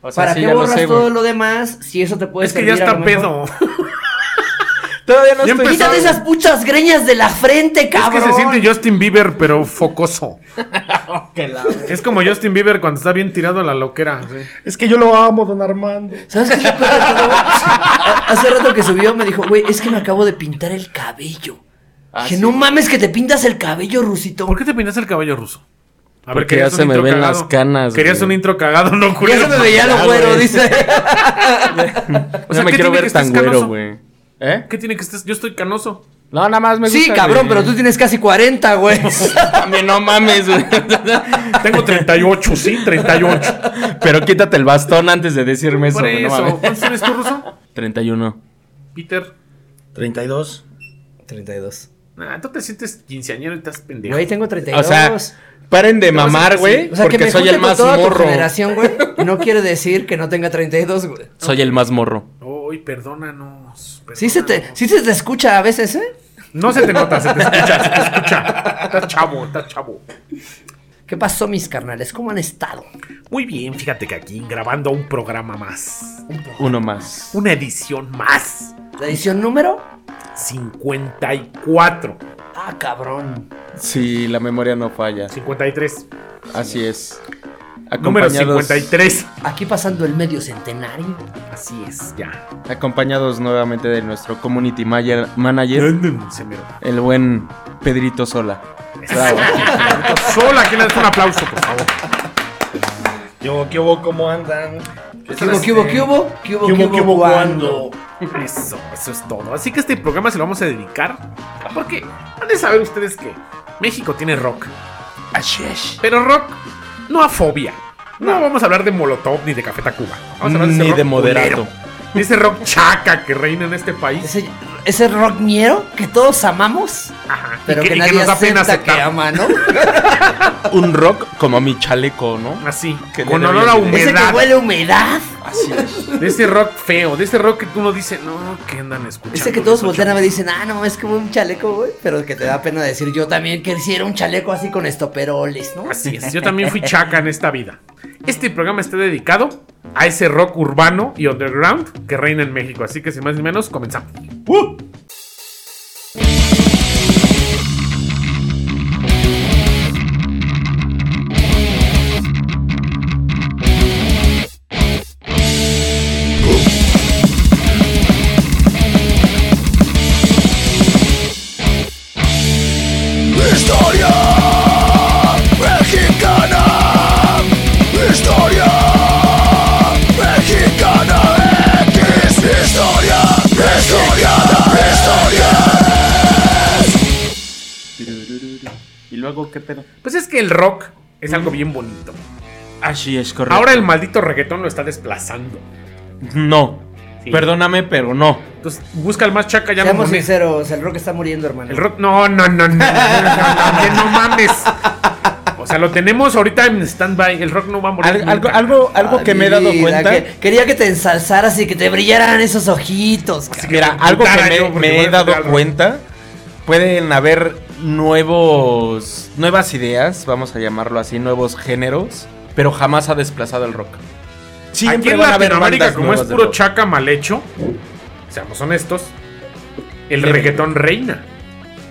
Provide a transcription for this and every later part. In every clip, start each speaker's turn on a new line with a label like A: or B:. A: O sea,
B: ¿Para
A: sí,
B: qué
A: ya lo
B: borras
A: sé, güey.
B: todo lo demás si eso te puede
C: Es que ya
B: servir a
C: está
B: lo mejor?
C: pedo.
A: Todavía no
C: Ya
A: estoy...
C: empezó.
B: Quítate esas puchas greñas de la frente,
C: Es que
B: cabrón.
C: se siente Justin Bieber, pero focoso.
A: Que la-
C: Es como Justin Bieber cuando está bien tirado a la loquera. sí.
D: Es que yo lo amo, don Armando.
B: ¿Sabes qué es lo peor de todo? A- Hace rato que subió me dijo, güey, es que me acabo de pintar el cabello.
A: Ah,
B: que
A: sí.
B: no mames que te pintas el cabello, Rusito.
C: ¿Por qué te pintaste el cabello ruso? A
A: Porque ya
C: querías un
A: se me
C: intro
A: ven las canas,
C: Querías
A: güey.
C: un intro cagado, no
B: Ya
C: culero.
B: se me veía lo
A: Ya,
B: güero,
A: güey.
B: dice.
A: O sea,
C: ¿qué
A: me quiero
C: tiene que
A: ver
C: estés
A: tan güero,
C: canoso?
A: güey. ¿Eh?
C: ¿Qué tiene que estar? Yo estoy canoso.
A: No, nada más me gusta.
B: Sí, cabrón,
A: güey.
B: pero tú tienes casi 40, güey.
A: También no mames, güey.
C: Tengo 38, sí, 38.
A: Pero quítate el bastón antes de decirme eso,
C: Por
A: güey. No
C: eso.
A: mames.
C: ¿Cuántos tienes tú, ruso?
A: 31.
C: Peter.
D: 32.
B: 32.
C: Ah, tú te sientes quinceañero y estás pendejo.
B: Güey, tengo 32.
A: O sea, paren de
C: vas a-
A: mamar, güey.
B: O sea, que
A: porque
B: me
A: soy
B: junte
A: el
B: con
A: más
B: toda tu
A: morro.
B: generación, güey, no quiere decir que no tenga 32, güey.
A: Soy el más morro.
C: Uy, perdónanos.
B: Sí se te, sí se te escucha a veces, ¿eh?
C: No se te nota, se te escucha, se te escucha. Estás chavo, estás chavo.
B: ¿Qué pasó, mis carnales? ¿Cómo han estado?
C: Muy bien, fíjate que aquí grabando un programa más.
A: Uno más.
C: Una edición más.
B: ¿La edición número?
C: 54.
B: Ah, cabrón.
A: Sí, la memoria no falla.
C: 53.
A: Así es.
C: Número
A: Acompañados,
C: 53.
B: Aquí pasando el medio centenario.
C: Así es, ya.
A: acompañados nuevamente de nuestro community maya- manager,
C: Se me-
A: el buen Pedrito Sola. Bravo.
C: Sola, que le des un aplauso, por favor.
D: ¿Qué hubo, qué hubo, cómo andan?
B: ¿Qué hubo, qué hubo, qué hubo? ¿Qué hubo,
D: ¿Qué hubo, qué hubo,
B: cuándo?
D: cuándo?
C: Eso, eso es todo. Así que este programa se lo vamos a dedicar. Porque han de saber ustedes que México tiene rock.
B: Así es.
C: Pero rock no a fobia. No, vamos a hablar de Molotov ni de Café Tacuba. Vamos a hablar ese
A: Ni
C: rock
A: de moderato.
C: culero, De ese rock chaca que reina en este país.
B: Ese, ese rockñero que todos amamos,
C: Ajá.
B: pero
C: y
B: que,
C: y
B: nadie
C: nos da pena
B: acepta que
C: aceptar.
B: ama, ¿no?
A: Un rock como mi chaleco, ¿no?
C: Así,
A: Que le
C: con
A: da
C: olor a
A: bien
B: ese que
C: humedad. Ah,
B: huele a humedad.
A: Así es.
C: De ese rock feo, de ese rock que uno dice, no, ¿qué andan escuchando?
B: Ese que todos
C: esos
B: voltean a ver y
C: chavos?"
B: dicen, ah, no, es como un chaleco, güey. Pero que te da pena decir, yo también quisiera un chaleco así con estoperoles, ¿no?
C: Así es, yo también fui chaca en esta vida. Este programa está dedicado a ese rock urbano y underground que reina en México. Así que sin más ni menos, comenzamos.
E: Historia mexicana. Historia mexicana X. Historia mexicana. Historia.
A: Y luego, ¿qué pedo?
C: Pues es que el rock es algo bien bonito.
A: Así es, correcto.
C: Ahora el maldito reggaetón lo está desplazando.
A: No.
C: Sí.
A: Perdóname, pero no.
C: Entonces, busca el más chaca, ya me
B: Seamos
C: moné.
B: sinceros, el rock está muriendo, hermano.
C: El rock. No, no, no, no. no, no, no, que no mames. O sea, lo tenemos ahorita en stand-by. El rock no va a morir.
A: Al- algo
C: nunca.
A: algo, algo
B: Ay,
A: que me he
B: mi
A: dado
B: vida,
A: cuenta.
B: que- quería que te ensalzaras y que te brillaran esos ojitos.
C: Así
B: cabrón.
C: que
A: Mira,
C: me
A: algo
C: emputara
A: que me,
C: yo porque
A: me
C: voy
A: he
C: a
A: dado
C: hacer algo.
A: cuenta, pueden haber nuevos, nuevas ideas, vamos a llamarlo así, nuevos géneros, pero jamás ha desplazado el rock.
C: Aquí en
A: van a haber
C: Latinoamérica,
A: bandas
C: como es
A: nuevas de
C: puro
A: rock.
C: chaca mal hecho, seamos honestos, el
A: Sí.
C: reggaetón reina.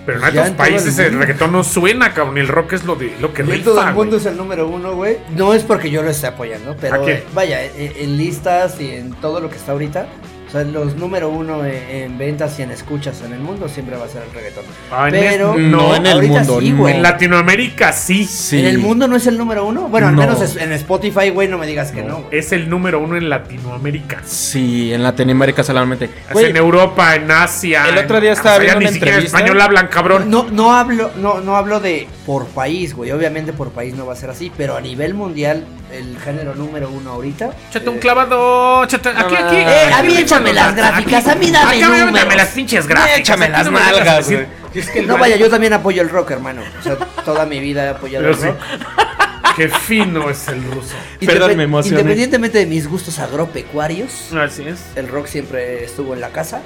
C: Pero en
B: Ya
C: otros
B: en todo
C: países
B: el
C: el
B: mundo.
C: reggaetón no suena, cabrón. y El rock es lo, de, lo que
B: Y en
C: rifa.
B: todo el
C: güey.
B: mundo es el número uno, güey. No es porque yo lo esté apoyando,
C: ¿A
B: pero
C: qué?
B: eh, vaya, eh, en listas y en todo lo que está ahorita, o sea, los número uno en, en ventas y en escuchas en el mundo siempre va a ser el reggaetón.
C: Ah, en
B: pero
C: este- no,
A: en el
B: ahorita
A: mundo,
B: sí,
A: no.
B: güey.
C: En Latinoamérica sí.
A: Sí.
B: ¿En el mundo no es el número uno? Bueno, al
A: No.
B: menos es- en Spotify, güey, no me digas que no, güey.
C: Es el número uno en Latinoamérica.
A: Sí, en Latinoamérica solamente.
C: Es en Europa, en Asia.
A: el
C: en-
A: otro día estaba
C: o sea, ya
A: viendo
C: ni
A: una
C: siquiera
A: entrevista.
C: español hablan, cabrón.
B: No, no hablo, no, no hablo de por país, güey. Obviamente por país no va a ser así, pero a nivel mundial, el género número uno ahorita.
C: Chate un
B: eh,
C: clavado, chate, aquí, aquí.
A: Eh,
B: a mí
C: Aquí,
B: échame las gráficas, a mí dame
C: Acá me-
B: números.
C: dame las pinches gráficas.
A: Échame
C: aquí
A: las
C: no me vengas a
A: nalgas,
C: decir-
A: Es que
B: No vaya, yo también apoyo el rock, hermano. O sea, toda mi vida he apoyado
C: Pero
B: el
C: sí.
B: rock.
C: Qué fino es el ruso.
A: Perdón,
B: Independ-
A: me emocioné.
B: Independientemente de mis gustos agropecuarios,
C: Así es.
B: el rock siempre estuvo en la casa.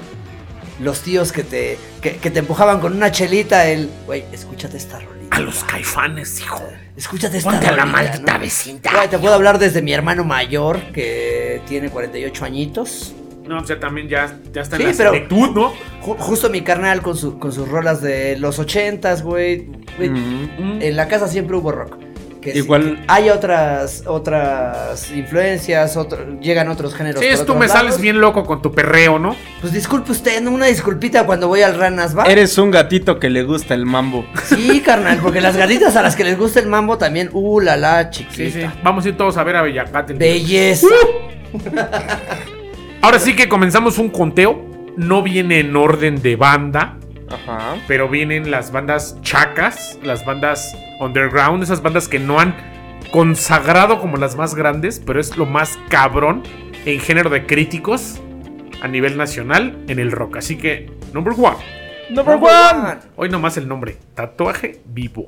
B: los tíos que te, que, que te empujaban con una chelita, el, güey, escúchate esta rolita.
C: A los caifanes, hijo.
B: Escúchate esta
C: Ponte a la
B: rolita,
C: maldita
B: ¿no?
C: vecindad.
B: Güey, te puedo hablar desde mi hermano mayor, que tiene 48 añitos.
C: No, o sea, también ya, ya está
B: Sí,
C: en la
B: pero-
C: selectud, ¿no?
B: Ju- justo mi carnal con, su- con sus rolas de los 80s, güey. Güey,
A: Mm.
B: En la casa siempre hubo rock. Que sí,
A: Igual-
B: que hay otras otras influencias, otro- llegan otros géneros.
C: Sí,
B: por
C: es tú
B: otros
C: me
B: lados.
C: sales bien loco con tu perreo, ¿no?
B: Pues disculpe usted, ¿no? una disculpita cuando voy al Ranas va.
A: Eres un gatito que le gusta el mambo.
B: Sí, carnal, porque las gatitas a las que les gusta el mambo también, uh, la la, chiquita.
C: Sí, Uh, sí. Vamos a ir todos a ver a Bellacate. el día.
B: Belleza.
C: Ahora sí que comenzamos un conteo. No viene en orden de banda,
A: Ajá.
C: pero vienen las bandas chacas, las bandas underground, esas bandas que no han consagrado como las más grandes, pero es lo más cabrón en género de críticos a nivel nacional en el rock. Así que, number one.
A: Number
B: one.
C: Hoy nomás el nombre, tatuaje vivo.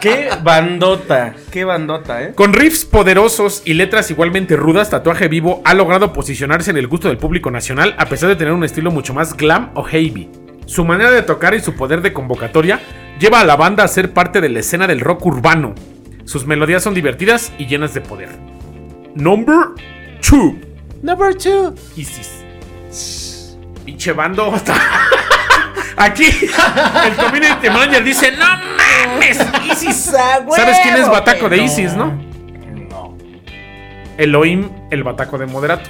A: Qué bandota, qué bandota, ¿eh?
C: Con riffs poderosos y letras igualmente rudas, Tatuaje Vivo ha logrado posicionarse en el gusto del público nacional a pesar de tener un estilo mucho más glam o heavy. Su manera de tocar y su poder de convocatoria lleva a la banda a ser parte de la escena del rock urbano. Sus melodías son divertidas y llenas de poder. Number 2.
A: Number two.
C: Isis. Pinche bando. Aquí el community manager dice, no mames, Isis. ¿Sabes quién es Bataco de Isis, no?
D: No.
C: Elohim, el bataco de moderato.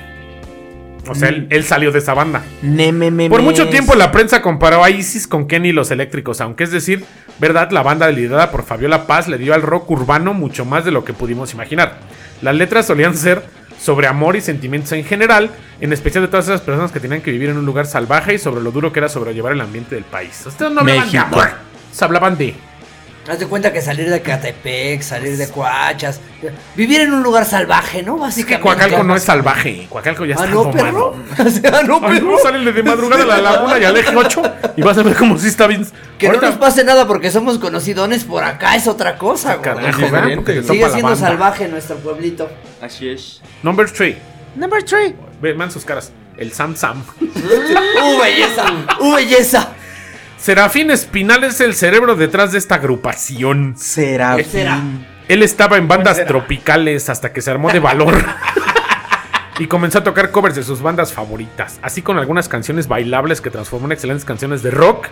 C: O sea, él, él salió de esa banda.
A: Nememe.
C: Por mucho tiempo la prensa comparó a Isis con Kenny y los Eléctricos, aunque es decir, verdad, la banda liderada por Fabiola Paz le dio al rock urbano mucho más de lo que pudimos imaginar. Las letras solían ser sobre amor y sentimientos en general, en especial de todas esas personas que tenían que vivir en un lugar salvaje y sobre lo duro que era sobrellevar el ambiente del país. Ustedes no hablaban
A: México.
C: de amor, se hablaban de
B: Haz de cuenta que salir de Catepec, salir de Coachas, vivir en un lugar salvaje, ¿no? Básicamente.
C: que Coacalco no es salvaje, Coacalco ya
B: Ah,
C: está
B: no,
C: domado.
B: perro. O sea, no,
C: Ay,
B: perro.
C: no, sálele de madrugada a la laguna y al eje 8 y vas a ver cómo sí está bien.
B: Que
C: Ahorita-
B: no nos pase nada porque somos conocidones por acá es otra cosa, güey.
C: Carajo,
A: Es
C: ¿verdad?
A: diferente.
C: Porque
A: Sigue
C: te topa
B: Sigue
C: la
B: siendo
C: banda.
B: salvaje nuestro pueblito.
A: Así es.
C: Number 3.
A: Number three.
C: Ve, man sus caras. El Sam Sam.
B: ¡Uh, belleza! ¡Uh, belleza!
C: Serafín Espinal es el cerebro detrás de esta agrupación. Ah,
A: Será.
B: Será.
C: Él estaba en bandas tropicales hasta que se armó de valor. Y comenzó a tocar covers de sus bandas favoritas, así con algunas canciones bailables que transformó en excelentes canciones de rock,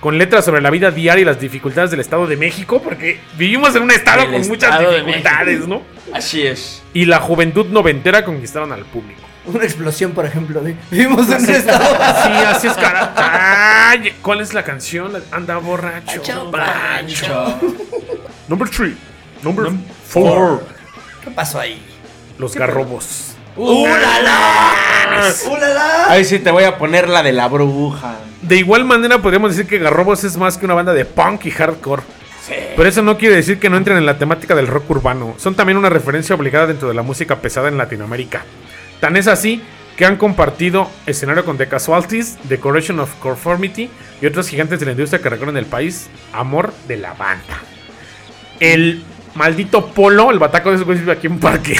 C: con letras sobre la vida diaria y las dificultades del Estado de México, porque vivimos en un estado
A: El
C: con muchas
A: Estado de
C: dificultades, ¿no?
A: Así es.
C: y la juventud noventera conquistaron al público.
B: Una explosión, por ejemplo. de- Vivimos en un estado.
C: Sí, así es, cara. Ay, ¿Cuál es la canción? La- Anda borracho. Number 3. Number 4.
B: ¿Qué pasó ahí? ¡Uh,
C: Los garrobos.
B: ¡Ulala!
A: Ahí sí te voy a poner la de la bruja.
C: De igual manera podríamos decir que Garrobos es más que una banda de punk y hardcore. Pero eso no quiere decir que no entren en la temática del rock urbano. Son también una referencia obligada dentro de la música pesada en Latinoamérica. Tan es así que han compartido escenario con The Casualties, The Correction of Conformity y otros gigantes de la industria que recorren el país. Amor de la banda. El maldito Polo, el bataco de esos güeyes vive aquí en un parque.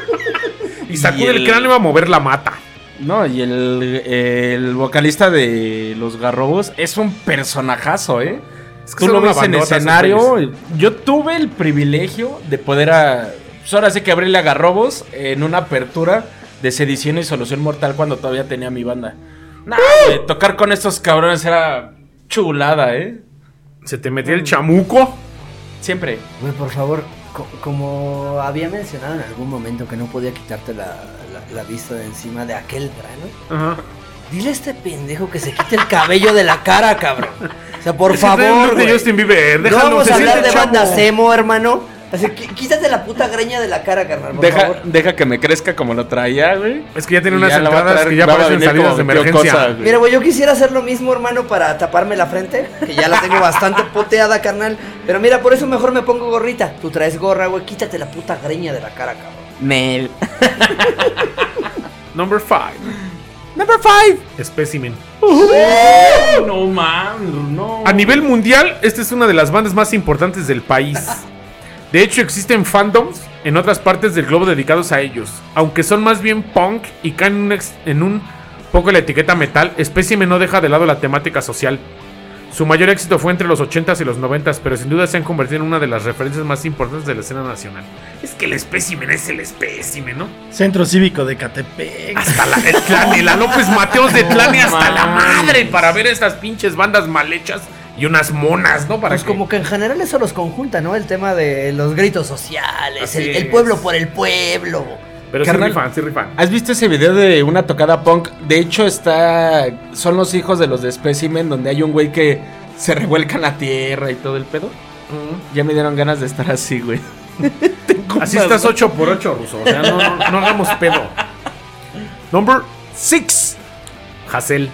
C: y sacude
A: Y
C: el...
A: el-
C: cráneo a mover la mata.
A: No, y el, el vocalista de Los Garrobos es un personajazo, ¿eh?
C: Es
A: Tú
C: son
A: lo
C: una
A: ves en
C: bandota esos
A: escenario.
C: güeyes.
A: Yo tuve el privilegio de poder a. pues ahora sí que abrirle a Garrobos en una apertura de sedición y solución mortal cuando todavía tenía mi banda. Nah, güey, tocar con estos cabrones era chulada, ¿eh?
C: Se te
A: Mm.
C: metió el chamuco.
A: Siempre.
B: Güey, por favor, co- como había mencionado en algún momento que no podía quitarte la, la- la vista de encima de aquel grano,
C: Ajá.
B: dile a este pendejo que se quite el cabello de la cara, cabrón. O sea, por
C: Es que está en
B: favor,
C: look de
B: güey.
C: Justin Bieber,
B: No
C: Eh, déjalo,
B: vamos
C: se
B: a hablar
C: siente
B: de
C: chavo.
B: bandas eh. emo, hermano. Así que quítate la puta greña de la cara, carnal, por
A: Deja,
B: favor.
A: deja que me crezca como lo traía, güey.
C: Es que ya tiene
A: Y
C: unas
A: ya la va a
C: entradas
A: traer-
C: que ya
A: va a
C: parecen
A: venir
C: salidas de
A: como tío
C: emergencia.
A: Cosa, güey.
B: Mira, güey, yo quisiera hacer lo mismo, hermano, para taparme la frente, que ya la tengo bastante poteada, carnal. Pero mira, por eso mejor me pongo gorrita. Tú traes gorra, güey, quítate la puta greña de la cara, cabrón.
C: Number 5.
A: Number five.
C: Specimen.
A: No man, no.
C: A nivel mundial, esta es una de las bandas más importantes del país. De hecho, existen fandoms en otras partes del globo dedicados a ellos, aunque son más bien punk y caen en un ex- en un Poco la etiqueta metal, Espécime no deja de lado la temática social. Su mayor éxito fue entre los 80s y los 90s, pero sin duda se han convertido en una de las referencias más importantes de la escena nacional. Es que el espécimen es el espécimen, ¿no?
D: Centro Cívico de Catepec.
C: Hasta la, el Tlane, la López Mateos de Tlane hasta la madre
B: Pues
C: para ver estas pinches bandas mal hechas y unas monas, ¿no? Para
B: Pues
C: que-
B: como que en general eso los conjunta, ¿no? El tema de los gritos sociales,
C: Así
B: el,
C: es.
B: el pueblo por el pueblo.
C: Pero sí
A: Carnal.
C: rifan, sí rifan.
A: ¿Has visto ese video de una tocada punk? De hecho, está. Son los hijos de los de Specimen, donde hay un güey que se revuelca en la tierra y todo el pedo. Ya me dieron ganas de estar así, güey.
C: Así estás 8 por 8 ruso. O sea, no, no, no hagamos pedo. Number 6. Hassel.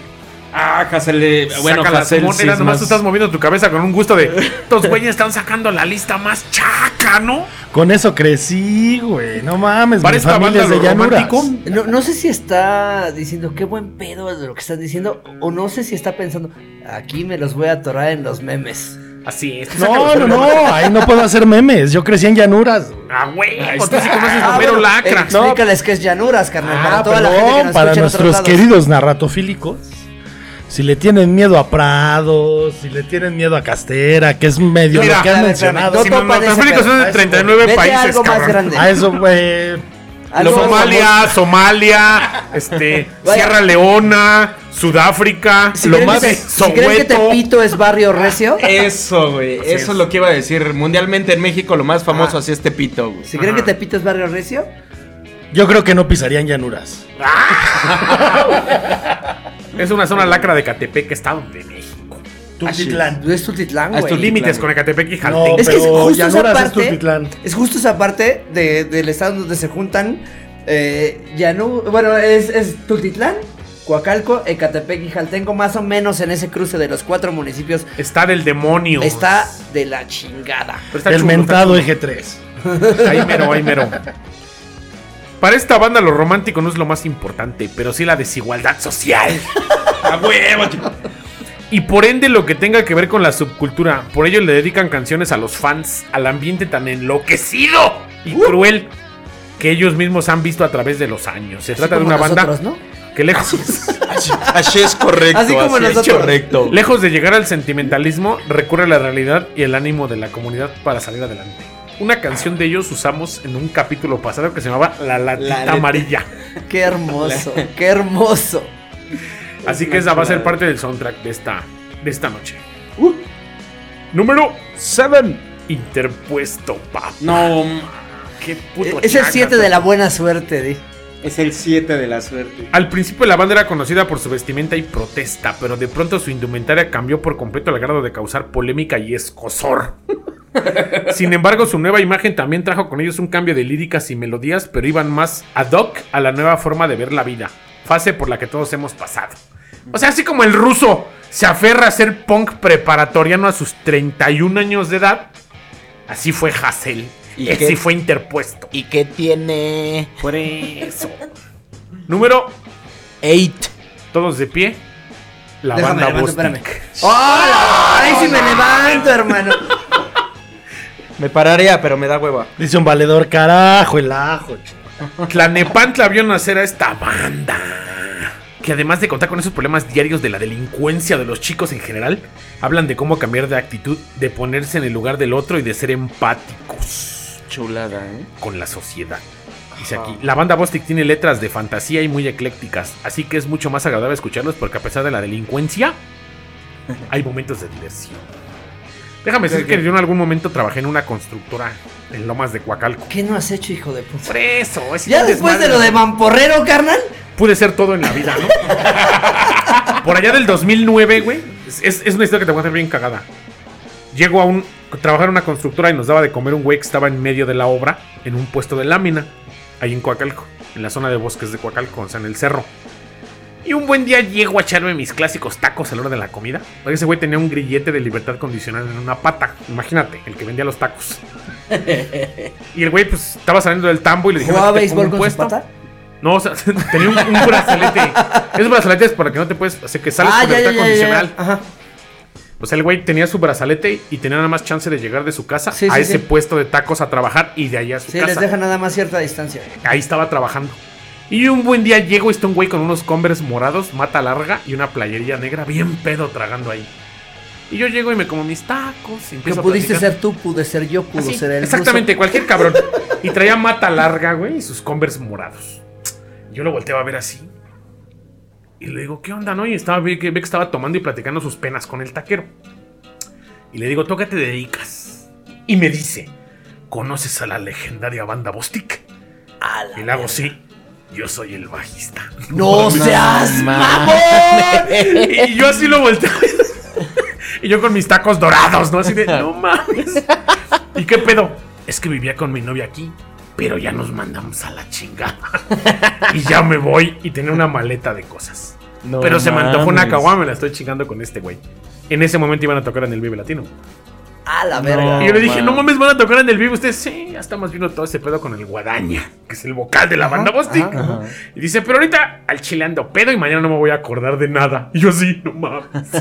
A: Ah,
B: Eh,
A: Hassel. Bueno,
C: Saca las
A: Hassel.
C: monedas,
A: sí es
C: nomás tú
A: más-
C: estás moviendo tu cabeza con un gusto de. Estos güeyes están sacando la lista más chaca, ¿no?
D: Con eso crecí, güey. No mames,
C: Para
D: mis
C: esta banda
D: familias de
C: lo
D: llanuras.
C: romántico.
B: No, no sé si está diciendo qué buen pedo es de lo que están diciendo, o no sé si está pensando, aquí me los voy a atorar en los memes.
C: Así es. tú saca
D: No,
C: los
D: no,
C: números.
D: no. Ahí no puedo hacer memes. Yo crecí en llanuras. güey.
C: Ah, güey. Tú sí conoces
B: Ah,
C: número
B: bueno, eh,
C: lacra.
B: Explícales que es llanuras, carnal, para
D: Ah,
B: toda la gente que
D: perdón,
B: nos escucha
D: para
B: en otros
D: nuestros
B: lados.
D: queridos narratofílicos. Si le tienen miedo a Prado, si le tienen miedo a Castera, que es medio
C: Mira,
D: lo que han
B: espérame, espérame,
D: mencionado.
C: Si
B: no
C: nos
B: topan ese
C: Norteamérica
B: pedo.
C: son
B: A
C: de
B: eso
C: 39
B: Vete a
C: países,
B: algo más
C: cabrón.
B: grande.
D: A eso, güey.
B: Algo más
C: Somalia, Somalia, este,
B: Vaya.
C: Sierra Leona, Sudáfrica,
B: Si
C: lo
B: creen
C: más
B: que, si creen que
C: Soweto.
B: Tepito es barrio recio,
A: Eso, güey.
C: Así
A: Eso
C: es.
A: es lo que iba a decir. Mundialmente en México lo más famoso
C: Ah.
A: así es Tepito, güey.
B: si creen que Tepito es barrio recio,
D: Yo creo que no pisarían llanuras.
C: Es una zona lacra de Catepec, Estado de México.
D: Tultitlán.
B: es Tultitlán,
A: Ah, es
B: güey.
A: Tultitlán.
C: Límites con Ecatepec y
D: No,
C: Jaltec.
B: Es que es
D: pero
B: justo esa
D: llanuras es
B: parte.
D: Tultitlán.
B: Es justo esa parte de- del estado donde se juntan. Eh, ya no. Bueno, es, es Tultitlán, Coacalco, Ecatepec y Jaltenco, más o menos en ese cruce de los cuatro municipios.
C: Está del demonio.
B: Está de la chingada.
C: Pero está
D: El
C: chulo,
D: mentado eje 3.
C: está- Ahí mero, ahí mero. Para esta banda lo romántico no es lo más importante, pero sí la desigualdad social. ¡A huevo, chico! Y por ende lo que tenga que ver con la subcultura. Por ello le dedican canciones a los fans, al ambiente tan enloquecido y cruel que ellos mismos han visto a través de los años. Se trata de
B: como
C: una banda
B: nosotros, ¿no?
C: que lejos...
A: Así, así es correcto.
B: Así como
A: es
B: nosotros.
A: correcto.
C: Lejos de llegar al sentimentalismo, recurre a la realidad y el ánimo de la comunidad para salir adelante. Una canción de ellos usamos en un capítulo pasado que se llamaba La Latita
A: La
C: Amarilla.
B: Qué hermoso, qué hermoso.
C: Así que esa va a ser parte del soundtrack de esta, de esta noche. Número 7. Interpuesto, pap.
A: No,
C: Qué
B: Eh,
C: puto
B: Es el
C: chaca,
B: 7 de la buena suerte, di.
A: es el 7 de la suerte.
C: Al principio la banda era conocida por su vestimenta y protesta, pero de pronto su indumentaria cambió por completo al grado de causar polémica y escosor. Sin embargo, su nueva imagen también trajo con ellos un cambio de líricas y melodías, pero iban más ad hoc a la nueva forma de ver la vida, fase por la que todos hemos pasado. O sea, así como el ruso se aferra a ser punk preparatoriano a sus 31 años de edad, así fue Hassel,
A: ¿Y
C: y así
A: qué?
C: fue interpuesto.
A: ¿Y qué tiene?
C: Por eso. Número
A: 8.
C: todos de pie. La
B: Déjame
C: banda
B: levanto,
C: Bostik.
B: espérame. ¡Hola! ¡Ay, si me levanto, hermano!
A: Me pararía, pero me da hueva.
D: Dice un valedor, carajo, el ajo. ch-
C: Tlanepantla vio nacer a esta banda. Que además de contar con esos problemas diarios de la delincuencia de los chicos en general, hablan de cómo cambiar de actitud, de ponerse en el lugar del otro y de ser empáticos
A: Chulada, ¿eh?
C: con la sociedad. Dice aquí, la banda Bostik tiene letras de fantasía y muy eclécticas, así que es mucho más agradable escucharlos porque a pesar de la delincuencia, hay momentos de diversión. Déjame decir que yo en algún momento trabajé en una constructora en Lomas de Coacalco.
B: ¿Qué no has hecho, hijo de puta?
C: Preso, es
B: Ya
C: un
B: después de
C: desmadre.
B: lo de Mamporrero, carnal.
C: Pude ser todo en la vida, ¿no? Por allá del 2009, güey. Es, es una historia que te voy a hacer bien cagada. Llego a un. Trabajar en una constructora y nos daba de comer un güey que estaba en medio de la obra, en un puesto de lámina, ahí en Coacalco, en la zona de bosques de Coacalco, o sea, en el cerro. Y un buen día llego a echarme mis clásicos tacos a la hora de la comida. Porque Ese güey tenía un grillete de libertad condicional en una pata. Imagínate, el que vendía los tacos. Y el güey, pues, estaba saliendo del tambo y le dije,
B: ¿Jugaba
C: "Métete, pongo
B: béisbol
C: un
B: con su
C: puesto".
B: pata?
C: No, o sea, tenía un, un brazalete. Esos brazaletes para que no te puedes. O sea, que
B: Ah,
C: sales con libertad condicional.
B: Ajá.
C: O sea, el güey tenía su brazalete y tenía nada más chance de llegar de su casa
B: Sí,
C: a
B: sí,
C: ese
B: sí.
C: puesto de tacos a trabajar y de ahí a su
B: Sí, les
C: casa.
B: deja nada más cierta distancia.
C: Ahí estaba trabajando. Y un buen día llego y está un güey con unos Converse morados, mata larga y una playerilla negra bien pedo tragando ahí. Y yo llego y me como mis tacos. Y empiezo
B: No
C: a
B: pudiste
C: platicar.
B: ser tú, pude ser yo, pudo
C: Así,
B: ser él.
C: exactamente, cualquier cabrón. Y traía mata larga, güey, y sus Converse morados. Yo lo volteaba a ver así. Y le digo, ¿qué onda, no? Y estaba, ve que, ve que estaba tomando y platicando sus penas con el taquero. Y le digo, ¿tú a qué te dedicas? Y me dice, ¿conoces a la legendaria banda Bostik? Y le hago, sí, yo soy el bajista.
B: No seas mamón.
C: Y yo así lo volteo. y yo con mis tacos dorados, ¿no? Así de, no mames. ¿Y qué pedo? Es que vivía con mi novia aquí, pero ya nos mandamos a la chingada. y ya me voy y tenía una maleta de cosas.
A: No
C: pero se me antojó una
A: mames.
C: caguama, me la estoy chingando con este güey. En ese momento iban a tocar en el Vive Latino.
B: A la verga.
C: y yo le dije,
A: mames.
C: no mames, van a tocar en el Vive. Ustedes, sí, ya estamos viendo todo ese pedo con el Guadaña, que es el vocal de la banda Bostic. Y dice, pero ahorita al chile ando pedo y mañana no me voy a acordar de nada. Y yo sí, no mames.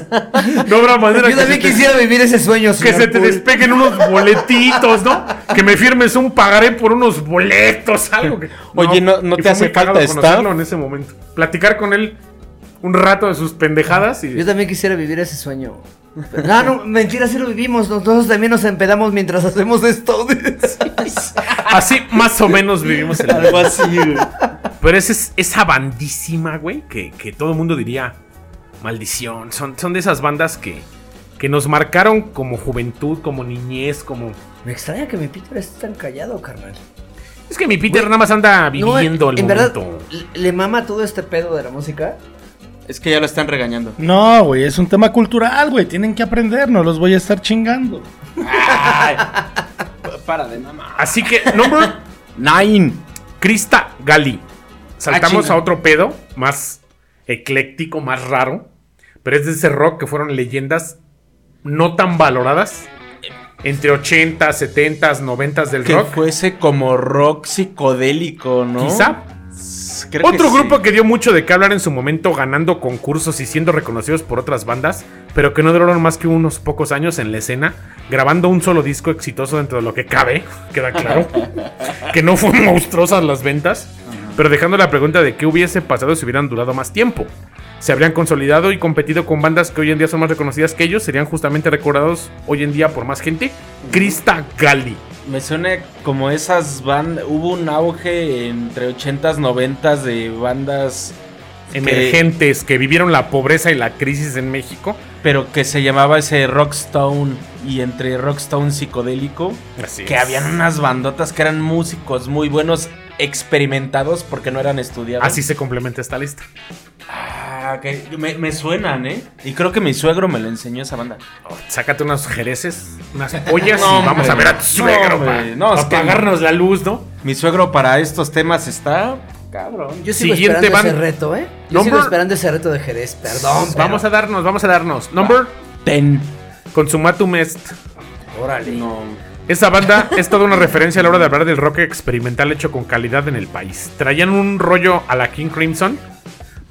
C: No habrá manera
B: Yo también
C: se te-
B: quisiera vivir ese sueño,
C: que
B: señor
C: se te
B: Poole.
C: despeguen unos boletitos, ¿no? Que me firmes un pagaré por unos boletos, algo que.
A: Oye, ¿no- no
C: y
A: te
C: fue
A: hace
C: muy cagado
A: falta estar?
C: conocerlo en ese momento. Platicar con él un rato de sus pendejadas y.
B: Yo también quisiera vivir ese sueño. No, no, mentira, sí lo vivimos. Nosotros también nos empedamos mientras hacemos esto.
C: Así más o menos vivimos el
A: Algo así, güey.
C: Pero esa es esa bandísima, güey, que, que todo el mundo diría, maldición. Son, son de esas bandas que, que nos marcaron como juventud, como niñez, como...
B: Me extraña que mi Peter esté tan callado, carnal.
C: Es que mi Peter nada más anda viviendo el
B: en
C: momento.
B: verdad, le mama todo este pedo de la música.
F: Es que ya lo están regañando.
D: No, güey, es un tema cultural, güey. Tienen que aprender, no los voy a estar chingando.
F: Para de mamá.
C: Así que, número
A: Nine.
C: Crista Gali. Saltamos
F: Ah,
C: a
F: chinga.
C: otro pedo más ecléctico, más raro. Pero es de ese rock que fueron leyendas no tan valoradas. Entre 80, 70, 90 del
A: Que
C: rock.
A: fuese como rock psicodélico, ¿no?
C: Quizá.
A: Creo que
C: Otro
A: sí.
C: grupo que dio mucho de qué hablar en su momento, ganando concursos y siendo reconocidos por otras bandas, pero que no duraron más que unos pocos años en la escena, grabando un solo disco exitoso dentro de lo que cabe, queda claro, que no fueron monstruosas las ventas, pero dejando la pregunta de qué hubiese pasado si hubieran durado más tiempo. Se habrían consolidado y competido con bandas que hoy en día son más reconocidas que ellos, serían justamente recordados hoy en día por más gente. Krista Galli.
A: Me suena como esas bandas. Hubo un auge entre 80s, 90s de bandas. que-
C: Emergentes que vivieron la pobreza y la crisis en México.
A: pero que se llamaba ese Rockstone. Y entre Rockstone psicodélico.
C: Así
A: Que
C: es.
A: habían unas bandotas que eran músicos muy buenos, experimentados porque no eran estudiados.
C: Así se complementa esta lista.
A: Ah, que me, me suenan, ¿eh? Y creo que mi suegro me lo enseñó esa banda.
C: Sácate unos jereces, unas pollas
A: Oh. No,
C: y vamos
A: hombre.
C: a ver a tu suegro.
A: No,
C: pa-
A: hombre. No,
C: pa
A: es que-
C: apagarnos la luz, ¿no?
A: Mi suegro para estos temas está.
B: Yo sigo
C: Siguiente
B: esperando
C: banda.
B: ese reto, ¿eh? Yo
C: Number-
B: sigo esperando ese reto de Jerez, perdón.
C: Vamos a darnos, vamos a darnos. Number
A: Ten.
C: Consumatum Est.
B: Órale.
A: No.
C: Esa banda es toda una referencia a la hora de hablar del rock experimental hecho con calidad en el país. Traían un rollo a la King Crimson,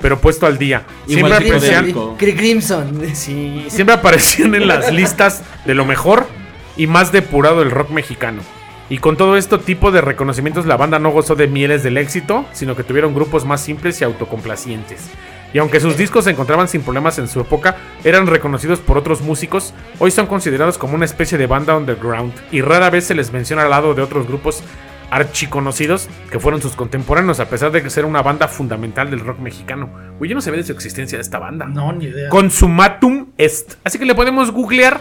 C: pero puesto al día.
A: Igual que
C: Siempre
B: Crimson,
C: aparecían,
A: Crimson.
B: Cri- Crimson.
C: sí, siempre aparecían en las listas de lo mejor y más depurado del rock mexicano. Y con todo este tipo de reconocimientos, la banda no gozó de mieles del éxito, sino que tuvieron grupos más simples y autocomplacientes. Y aunque sus discos se encontraban sin problemas en su época, eran reconocidos por otros músicos, hoy son considerados como una especie de banda underground, y rara vez se les menciona al lado de otros grupos archiconocidos que fueron sus contemporáneos, a pesar de que ser una banda fundamental del rock mexicano. Güey, yo no sabía de su existencia de esta banda.
D: No, ni idea.
C: Consumatum est. Así que le podemos googlear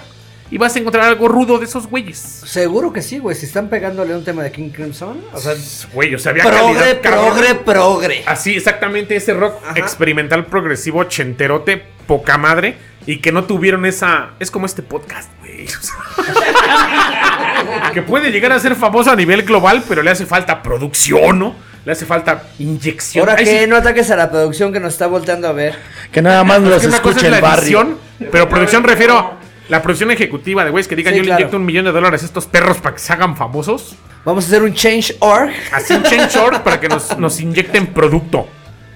C: y vas a encontrar algo rudo de esos güeyes.
B: Seguro que sí, güey. Si están pegándole un tema de King Crimson, o sea,
C: Pues, Güey, o sea, había
B: progre,
C: calidad, cabrón.
B: progre, progre.
C: Así, exactamente, ese rock experimental progresivo ochenterote, poca madre, y que no tuvieron esa... Es como este podcast, güey. o sea, que puede llegar a ser famoso a nivel global, pero le hace falta producción, ¿no? Le hace falta inyección.
B: Ahora
C: Ay,
B: que
C: sí,
B: no ataques a la producción que nos está volteando a ver.
D: Que nada más
C: Es
D: los
C: que una cosa
D: escuche
C: es la
D: el barrio.
C: edición, pero producción refiero a la producción ejecutiva de güeyes que digan
B: Sí,
C: yo le
B: claro.
C: inyecto un millón de dólares a estos perros para que se hagan famosos.
B: Vamos a hacer un change.org.
C: Así un chain short para que nos, nos inyecten producto.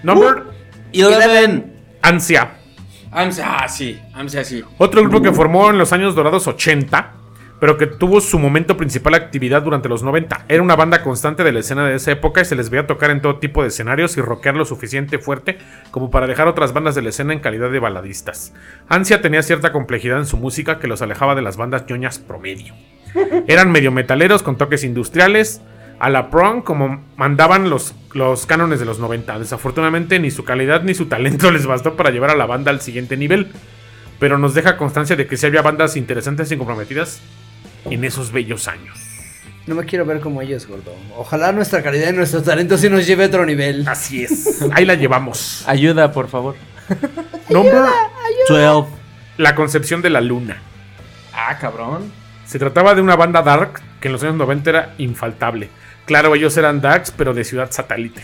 C: Number
B: Uh.
F: Eleven.
C: Ansia.
A: Ah,
F: AMSA, sí. AMSA, sí.
C: Otro grupo que formó en los años dorados 80. pero que tuvo su momento principal actividad durante los 90. Era una banda constante de la escena de esa época y se les veía tocar en todo tipo de escenarios y rockear lo suficiente fuerte como para dejar otras bandas de la escena en calidad de baladistas. Ansia tenía cierta complejidad en su música que los alejaba de las bandas ñoñas promedio. Eran medio metaleros con toques industriales. A la prong como mandaban los, los cánones de los 90. Desafortunadamente ni su calidad ni su talento les bastó para llevar a la banda al siguiente nivel. Pero nos deja constancia de que sí había bandas interesantes y comprometidas en esos bellos años.
B: No me quiero ver como ellos, gordo. Ojalá nuestra calidad y nuestro talento sí nos lleve a otro nivel.
C: Así es. Ahí la llevamos.
A: Ayuda, por favor.
C: Number,
F: 12.
C: la concepción de la luna.
A: Ah, cabrón.
C: Se trataba de una banda dark que en los años 90 era infaltable. Claro, ellos eran darks, pero de ciudad satélite.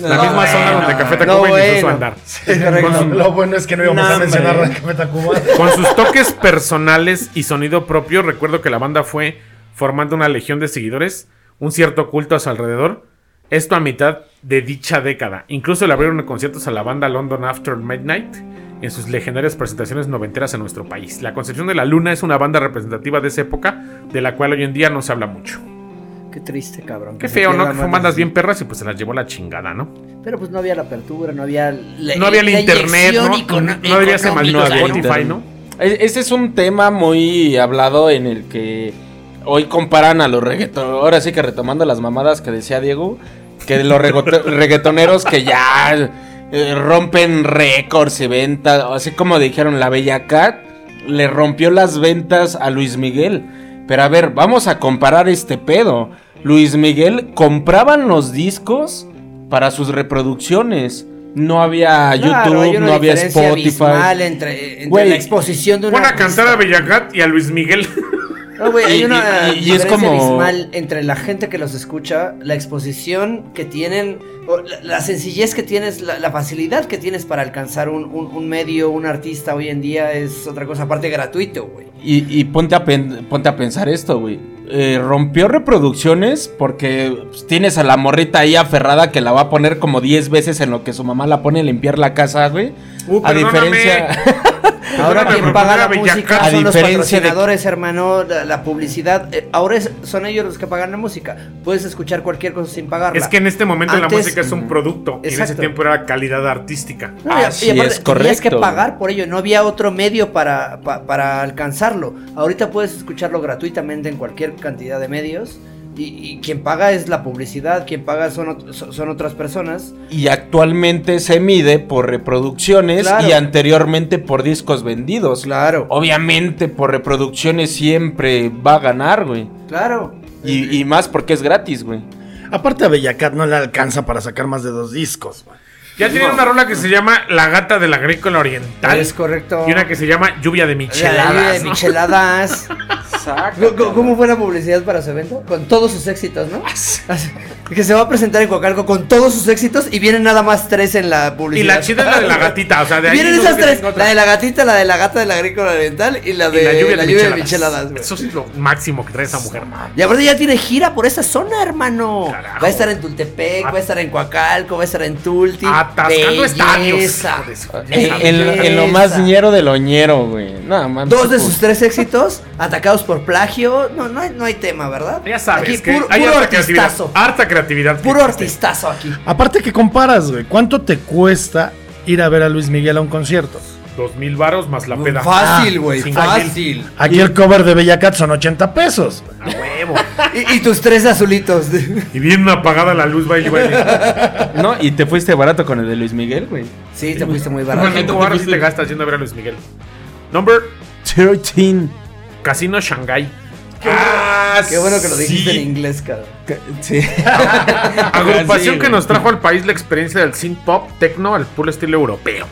C: la misma zona donde Café
B: no
C: Tacuba inició su
B: bueno.
C: andar.
B: Es correcto.
D: Lo bueno es que no íbamos
B: No,
D: a mencionar
B: hombre.
D: la Cafeta Cuba.
C: Con sus toques personales y sonido propio, recuerdo que la banda fue formando una legión de seguidores, un cierto culto a su alrededor. Esto a mitad de dicha década. Incluso le abrieron conciertos a la banda London After Midnight en sus legendarias presentaciones noventeras en nuestro país. La Concepción de la Luna es una banda representativa de esa época, de la cual hoy en día no se habla mucho.
B: Qué triste, cabrón.
C: Qué
B: se
C: feo, ¿no?
B: pierdan
C: Que fueron
B: bandas
C: bandas bien perras y pues se las llevó la chingada, ¿no?
B: Pero pues no había la apertura, no había... la-
C: No había el
B: la
C: internet,
B: inyección
C: ¿no?
B: econo-
C: No había ese maldito
A: económica, ¿no?
C: Spotify, ¿no?
A: E- Ese es un tema muy hablado en el que hoy comparan a los reggaetoneros. Ahora sí que retomando las mamadas que decía Diego, que los regote- reggaetoneros que ya eh, rompen récords y ventas, así como dijeron la Bella Cat, le rompió las ventas a Luis Miguel. Pero a ver, vamos a comparar este pedo. Luis Miguel compraban los discos para sus reproducciones. No había YouTube,
B: Claro, hay una
A: no había
B: diferencia
A: Spotify.
B: abismal entre, entre
A: Güey.
B: la exposición de una.
C: Van a cantar a Bellacat y a Luis Miguel.
B: No, güey, hay
A: Y-
B: una
A: y- y- y es
B: diferencia
A: como-
B: abismal entre la gente que los escucha, la exposición que tienen, o la, la sencillez que tienes, la, la facilidad que tienes para alcanzar un, un- un medio, un artista hoy en día es otra cosa, aparte gratuito, güey.
A: Y, y ponte, a pen- ponte a pensar esto, güey. Eh, rompió reproducciones porque pues, tienes a la morrita ahí aferrada que la va a poner como 10 veces en lo que su mamá la pone a limpiar la casa, güey.
C: Uh,
A: a
C: perdóname.
A: diferencia.
B: Ahora
C: Perdóname,
B: quien
C: pero
B: paga
C: poner
B: la
C: a Bellacat-
B: música
A: a
B: son los
A: diferencia de-
B: patrocinadores, hermano, la, la publicidad. eh, ahora es- son ellos los que pagan la música. Puedes escuchar cualquier cosa sin pagarla.
C: Es que en este momento la
B: Antes-
C: música es un producto y en ese
B: Exacto.
C: tiempo era calidad artística.
B: No, y a-
A: Así
B: y aparte
A: es,
B: Tenías que
A: correcto.
B: pagar por ello, no había otro medio para, pa- para alcanzarlo. Ahorita puedes escucharlo gratuitamente en cualquier cantidad de medios. Y, y quien paga es la publicidad, quien paga son, ot- so- son otras personas.
A: y actualmente se mide por reproducciones
B: Claro.
A: y anteriormente por discos vendidos.
C: Pues
B: Claro,
A: Obviamente por reproducciones siempre va a ganar, güey.
B: claro.
A: Y, y más porque es gratis, güey.
D: Aparte a Bellacat no le alcanza para sacar más de dos discos. güey.
C: Ya tiene una rola que se llama La gata del agrícola oriental
B: Es correcto.
C: y una que se llama Lluvia de
B: La lluvia de
C: micheladas. ¿no?
B: micheladas. ¿Cómo- ¿Cómo, cómo fue la publicidad para su evento? Con todos sus éxitos, ¿no?
C: Ah,
B: Así, que se va a presentar en Coacalco con todos sus éxitos y vienen nada más tres en la
C: Y
B: publicidad.
C: la chida es la de la gatita, o sea, de ahí
B: Vienen
C: no sé
B: esas
C: qué
B: tres,
C: tengo otra.
B: la de la gatita, la de la gata del agrícola oriental y la
C: Y
B: de la lluvia, de micheladas. güey.
C: Eso es lo máximo que trae esa mujer.
B: Y aparte ya tiene gira por esa zona, hermano.
C: Carajo.
B: Va a estar en Tultepec,
C: At-
B: va a estar en Coacalco, va a estar en Tulti.
C: Atascando estadios.
B: Belleza.
C: hijo de su-
A: En, Eh, en- en lo más ñero de lo ñero, güey. Nada más.
B: Dos de sus tres éxitos atacados por plagio. No, no hay, no hay tema, ¿verdad?
C: Ya sabes
B: Aquí
C: que
B: puro,
C: hay
B: puro
C: harta creatividad. Ah,
B: artistazo.
C: Harta creatividad. que
B: Puro
C: existe.
B: artistazo aquí.
D: Aparte que comparas, güey. ¿Cuánto te cuesta ir a ver a Luis Miguel a un concierto?
C: Dos mil varos más la peda.
B: Mm, Fácil,
C: Ah,
B: güey.
C: cinco mil.
B: Fácil.
D: Aquí el cover de Bellacat son 80 pesos.
C: A huevo.
B: Y, y tus tres azulitos.
C: Y bien apagada la luz, baile, baile.
A: No, y te fuiste barato con el de Luis Miguel, güey.
B: Sí, te fuiste muy barato.
C: Bueno, cinco varos sí te gastas yendo a ver a Luis Miguel. Number
A: 13.
C: Casino Shanghai. Ah,
B: Qué bueno que lo dijiste
C: sí.
B: en inglés, cabrón.
A: Sí.
C: Agrupación
A: Sí,
C: que
A: güey.
C: nos trajo al país la experiencia del synth pop techno al puro estilo europeo.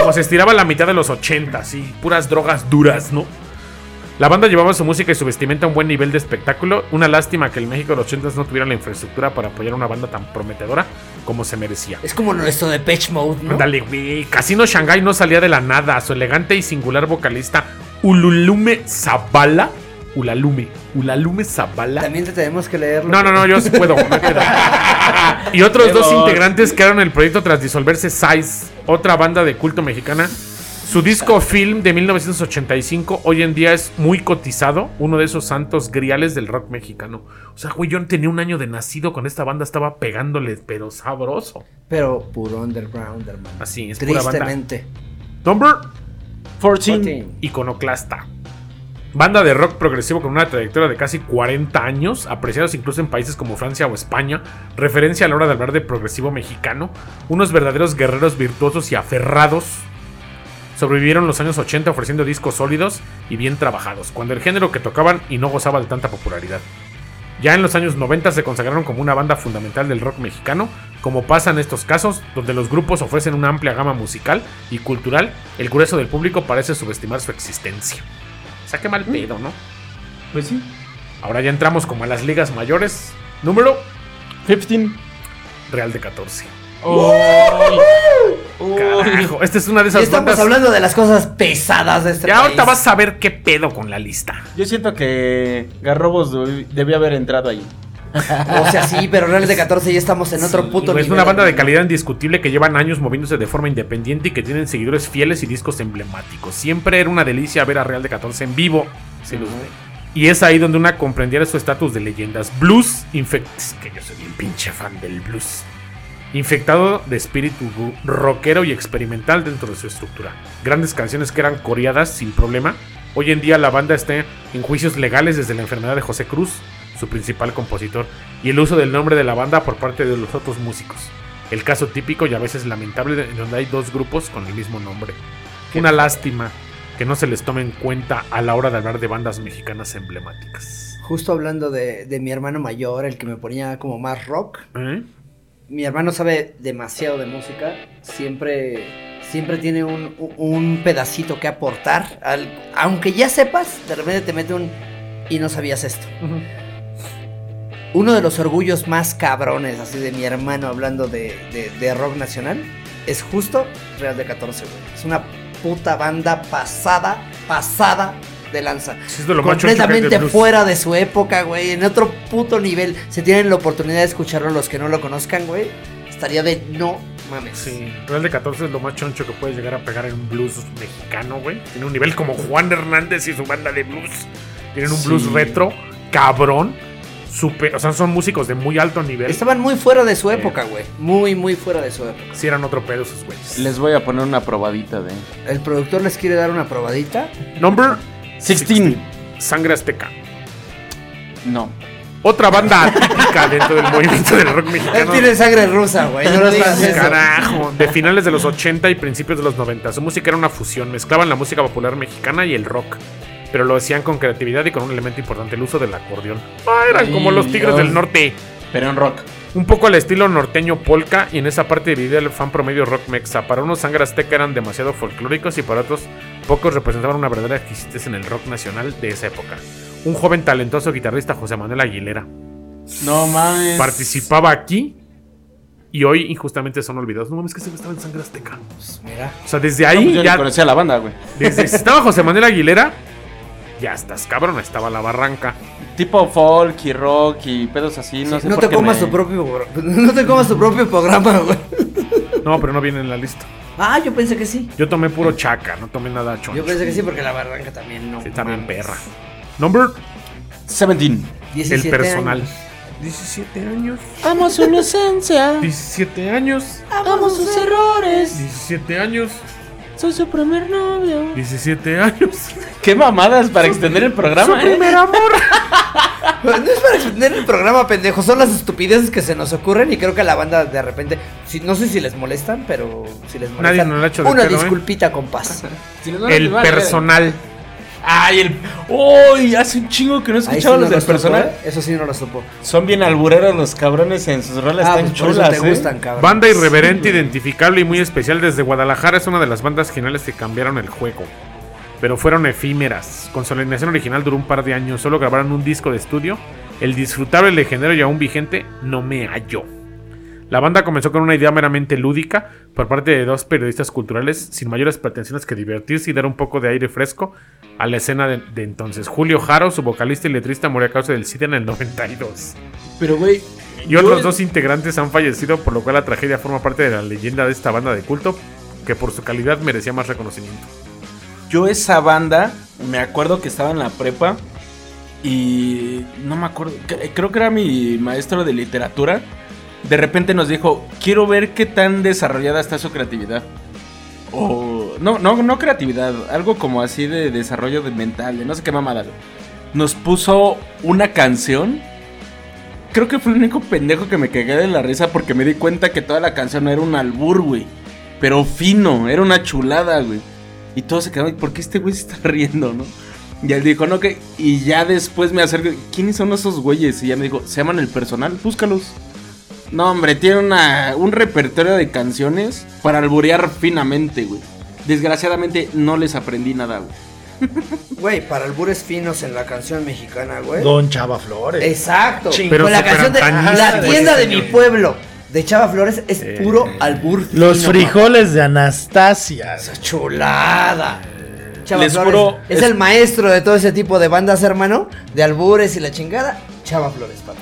C: Como se estiraba la mitad de los 80, sí, puras drogas duras, ¿no? La banda llevaba su música y su vestimenta a un buen nivel de espectáculo. Una lástima que el México de los 80 no tuviera la infraestructura para apoyar a una banda tan prometedora como se merecía.
B: Es como nuestro de Patch Mode, ¿no?
C: Ándale, güey. Casino Shanghai no salía de la nada. Su elegante y singular vocalista Ululume Zabala. Ulalume. Ulalume Zabala.
B: También te tenemos que leerlo.
C: No, no, no, yo sí puedo. me quedo. y otros dos integrantes crearon el proyecto tras disolverse Size, otra banda de culto mexicana. Su disco film de 1985 hoy en día es muy cotizado, uno de esos santos griales del rock mexicano. O sea, güey, yo tenía un año de nacido con esta banda, estaba pegándole, pero sabroso.
B: Pero puro underground, hermano.
C: Así es, pura banda.
B: Tristemente.
C: Number
A: 14.
C: Iconoclasta. Banda de rock progresivo con una trayectoria de casi 40 años, apreciados incluso en países como Francia o España, referencia a la hora de hablar de progresivo mexicano, unos verdaderos guerreros virtuosos y aferrados. Sobrevivieron los años 80 ofreciendo discos sólidos y bien trabajados, cuando el género que tocaban y no gozaba de tanta popularidad. Ya en los años 90 se consagraron como una banda fundamental del rock mexicano, como pasa en estos casos, donde los grupos ofrecen una amplia gama musical y cultural, el grueso del público parece subestimar su existencia. O sea, qué mal pedo, ¿no?
A: Pues sí.
C: Ahora ya entramos como a las ligas mayores. Número
A: 15.
C: Real de 14.
A: Uy.
C: Carajo, esta es una de
B: Y
C: esas
B: estamos
C: bandas.
B: hablando de las cosas pesadas de este
C: Ya
B: país.
C: ahorita vas a ver qué pedo con la lista.
A: Yo siento que Garrobos debi- debió haber entrado ahí.
B: O sea, sí, pero Real de 14 ya estamos en otro puto
C: pues, Es
B: nivel.
C: una banda de
B: hermano.
C: calidad indiscutible que llevan años moviéndose de forma independiente y que tienen seguidores fieles y discos emblemáticos. Siempre era una delicia ver a Real de 14 en vivo. se los ve. Y es ahí donde una comprendiera su estatus de leyendas. Blues infectados. Que yo soy un pinche fan del blues. Infectado de espíritu gu- rockero y experimental dentro de su estructura. Grandes canciones que eran coreadas sin problema. Hoy en día la banda está en juicios legales desde la enfermedad de José Cruz, su principal compositor, y el uso del nombre de la banda por parte de los otros músicos. El caso típico y a veces lamentable de- en donde hay dos grupos con el mismo nombre. Una lástima que no se les tome en cuenta a la hora de hablar de bandas mexicanas emblemáticas.
B: Justo hablando de, de mi hermano mayor, el que me ponía como más rock.
C: ¿Eh?
B: Mi hermano sabe demasiado de música. Siempre, siempre tiene un, un pedacito que aportar. al- aunque ya sepas, de repente te mete un. Y no sabías esto. Uno de los orgullos más cabrones, así de mi hermano hablando de, de- de rock nacional, es justo Real de 14, güey. Es una puta banda pasada, pasada de lanza.
C: Sí, es de lo más chocho que hay de
B: completamente
C: blues.
B: fuera de su época, güey. En otro puto nivel. Si tienen la oportunidad de escucharlo los que no lo conozcan, güey, estaría de no mames.
C: Sí, Real de 14 es lo más choncho que puedes llegar a pegar en un blues mexicano, güey. Tiene un nivel como Juan Hernández y su banda de blues. Tienen un
A: Sí.
C: blues retro, cabrón. Super, o sea, son músicos de muy alto nivel.
B: Estaban muy fuera de su época, güey. Muy, muy fuera de su época.
C: Si eran otro pedo esos güeyes.
F: Les voy a poner una probadita de.
B: El productor les quiere dar una probadita.
C: Number
A: 16.
C: Sangre Azteca.
F: No.
C: Otra banda atípica dentro del movimiento del rock
B: Él
C: mexicano.
B: tiene sangre rusa, güey. No lo
C: Ah,
B: francés.
C: Carajo, de finales de los 80 y principios de los 90. Su música era una fusión, mezclaban la música popular mexicana y el rock. Pero lo hacían con creatividad y con un elemento importante, el uso del acordeón. Ah, eran como los tigres del norte.
A: Pero en rock.
C: Un poco al estilo norteño polka y en esa parte dividía el fan promedio rock mexa. Para unos sangre azteca eran demasiado folclóricos y para otros pocos representaban una verdadera exquisitez en el rock nacional de esa época. Un joven talentoso guitarrista José Manuel Aguilera
A: No mames.
C: participaba aquí y hoy injustamente son olvidados. No mames, que se estaba en sangre azteca.
B: Mira.
C: O sea, desde
A: No, pues
C: ahí
A: yo ni
C: ya.
A: conocía a la banda, güey.
C: Desde si estaba José Manuel Aguilera, ya estás, cabrón. Estaba la barranca.
F: Tipo folk y rock y pedos así. No
B: No,
F: sé por
B: te
F: qué
B: comas
F: me-
B: tu propio pro- no te comas tu propio programa, güey.
C: No, pero no viene en la lista.
B: Ah, yo pensé que sí.
C: Yo tomé puro chaca, no tomé nada choncho.
B: Yo pensé que sí porque la barranca también no.
C: Sí, también
B: mames.
C: perra. Number,
A: 17.
B: 17
C: el personal.
B: años.
C: 17 años.
G: Amo su inocencia,
C: 17 años.
G: amo sus errores.
C: 17 años.
G: Soy su primer novio.
C: 17 años.
A: Qué mamadas para extender el programa, eh.
C: amor.
B: No es para extender el programa, pendejo. Son las estupideces que se nos ocurren y creo que a la banda de repente. si- no sé si les molestan, pero si les molestan.
C: nos lo ha hecho de
B: una
C: pedo, ¿eh?
B: disculpita, compás.
A: Si les van a
C: El
A: llevar, eh.
C: personal.
A: Ay, el. ¡Uy! Hace un chingo que no
B: Ahí sí
A: escuchaba
B: no
A: los
B: lo
A: del
B: supo,
A: personal.
B: ¿eh? Eso sí no lo supo.
A: Son bien albureros los cabrones en sus rolas
B: Ah,
A: tan
B: pues por eso
A: chulas,
B: te
A: ¿eh?
B: gustan, cabrón.
C: Banda irreverente, identificable y muy especial desde Guadalajara es una de las bandas geniales que cambiaron el juego. Pero fueron efímeras. Con su alineación original duró un par de años. Solo grabaron un disco de estudio. El disfrutable, legendario y aún vigente No Me Hallo. La banda comenzó con una idea meramente lúdica por parte de dos periodistas culturales sin mayores pretensiones que divertirse y dar un poco de aire fresco a la escena de, de entonces. Julio Jaro, su vocalista y letrista, murió a causa del SIDA en el 92.
A: Pero, güey.
C: Y otros dos integrantes han fallecido, por lo cual la tragedia forma parte de la leyenda de esta banda de culto que por su calidad merecía más reconocimiento.
A: Yo esa banda, me acuerdo que estaba en la prepa y no me acuerdo, cre- creo que era mi maestro de literatura. De repente nos dijo, quiero ver qué tan desarrollada está su creatividad. O... No, no, no creatividad, algo como así de desarrollo de mental, de no sé qué mamada. güey. Nos puso una canción. Creo que fue el único pendejo que me cagué de la risa porque me di cuenta que toda la canción era un albur, güey. Pero fino, era una chulada, güey. Y todos se quedaron, ¿por qué este güey se está riendo, no? Y él dijo, no, que. Y ya después me acerco, ¿quiénes son esos güeyes? Y ya me dijo, se llaman el personal, búscalos. No, hombre, tiene una, un repertorio de canciones para alburear finamente, güey. Desgraciadamente no les aprendí nada, güey.
B: Güey, para albures finos en la canción mexicana, güey.
D: Don Chava Flores.
B: Exacto.
C: Ching.
B: Con la
C: Pero
B: canción de
C: superampañista,
B: La
C: güey,
B: tienda de
C: ese
B: mi
C: señor. Eh,
B: pueblo de Chava Flores es puro albur. fino,
D: Los
B: cabrón.
D: frijoles de Anastasia.
B: Esa chulada. Chava
A: Les
B: Flores
A: juro,
B: es,
A: es-
B: el maestro de todo ese tipo de bandas, hermano, de albures y la chingada. Chava Flores, papi.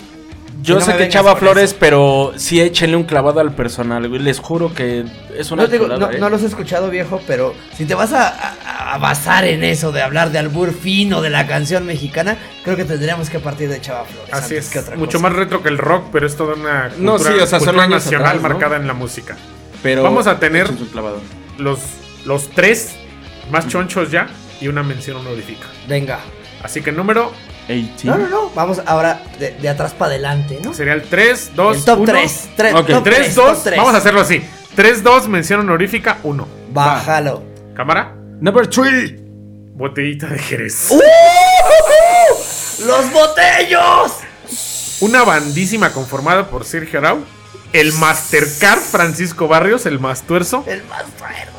A: Yo
B: no
A: sé
B: me
A: que
B: vengas
A: Chava
B: con
A: Flores, pero sí échenle un clavado al personal, güey. Les juro que es una
B: No, te digo,
A: chulada,
B: no-
A: ¿eh?
B: no los he escuchado, viejo, pero si te vas a, a- a basar en eso de hablar de albur fino de la canción mexicana, creo que tendríamos que partir de Chava Flores.
C: Así
B: antes
C: es,
B: que otra
C: mucho
B: cosa.
C: más retro que el rock, pero es toda una cultura,
A: No, sí, o sea, son
C: cultura
A: años
C: nacional
A: atrás, ¿no?
C: marcada en la música.
A: Pero
C: Vamos a tener-
A: échense un clavado.
C: Los, los tres
A: Mm.
C: más chonchos ya y una mención honorífica.
B: Venga.
C: Así que el número
F: 18.
B: No, no, no. Vamos ahora de, de atrás para adelante, ¿no?
C: sería el 3, 2,
B: El top
C: 1.
B: 3. Tres,
A: Ok.
B: top
C: 3,
B: tres, top
C: 2,
B: tres.
C: vamos a hacerlo así. 3, 2, mención honorífica, 1.
B: Bájalo.
C: Cámara,
A: Number three.
C: botellita de Jerez.
B: ¡Uh, ¡Los botellos!
C: Una bandísima conformada por Sergio Arau, el Mastercard Francisco Barrios, el más tuerzo.
B: El más fuerte.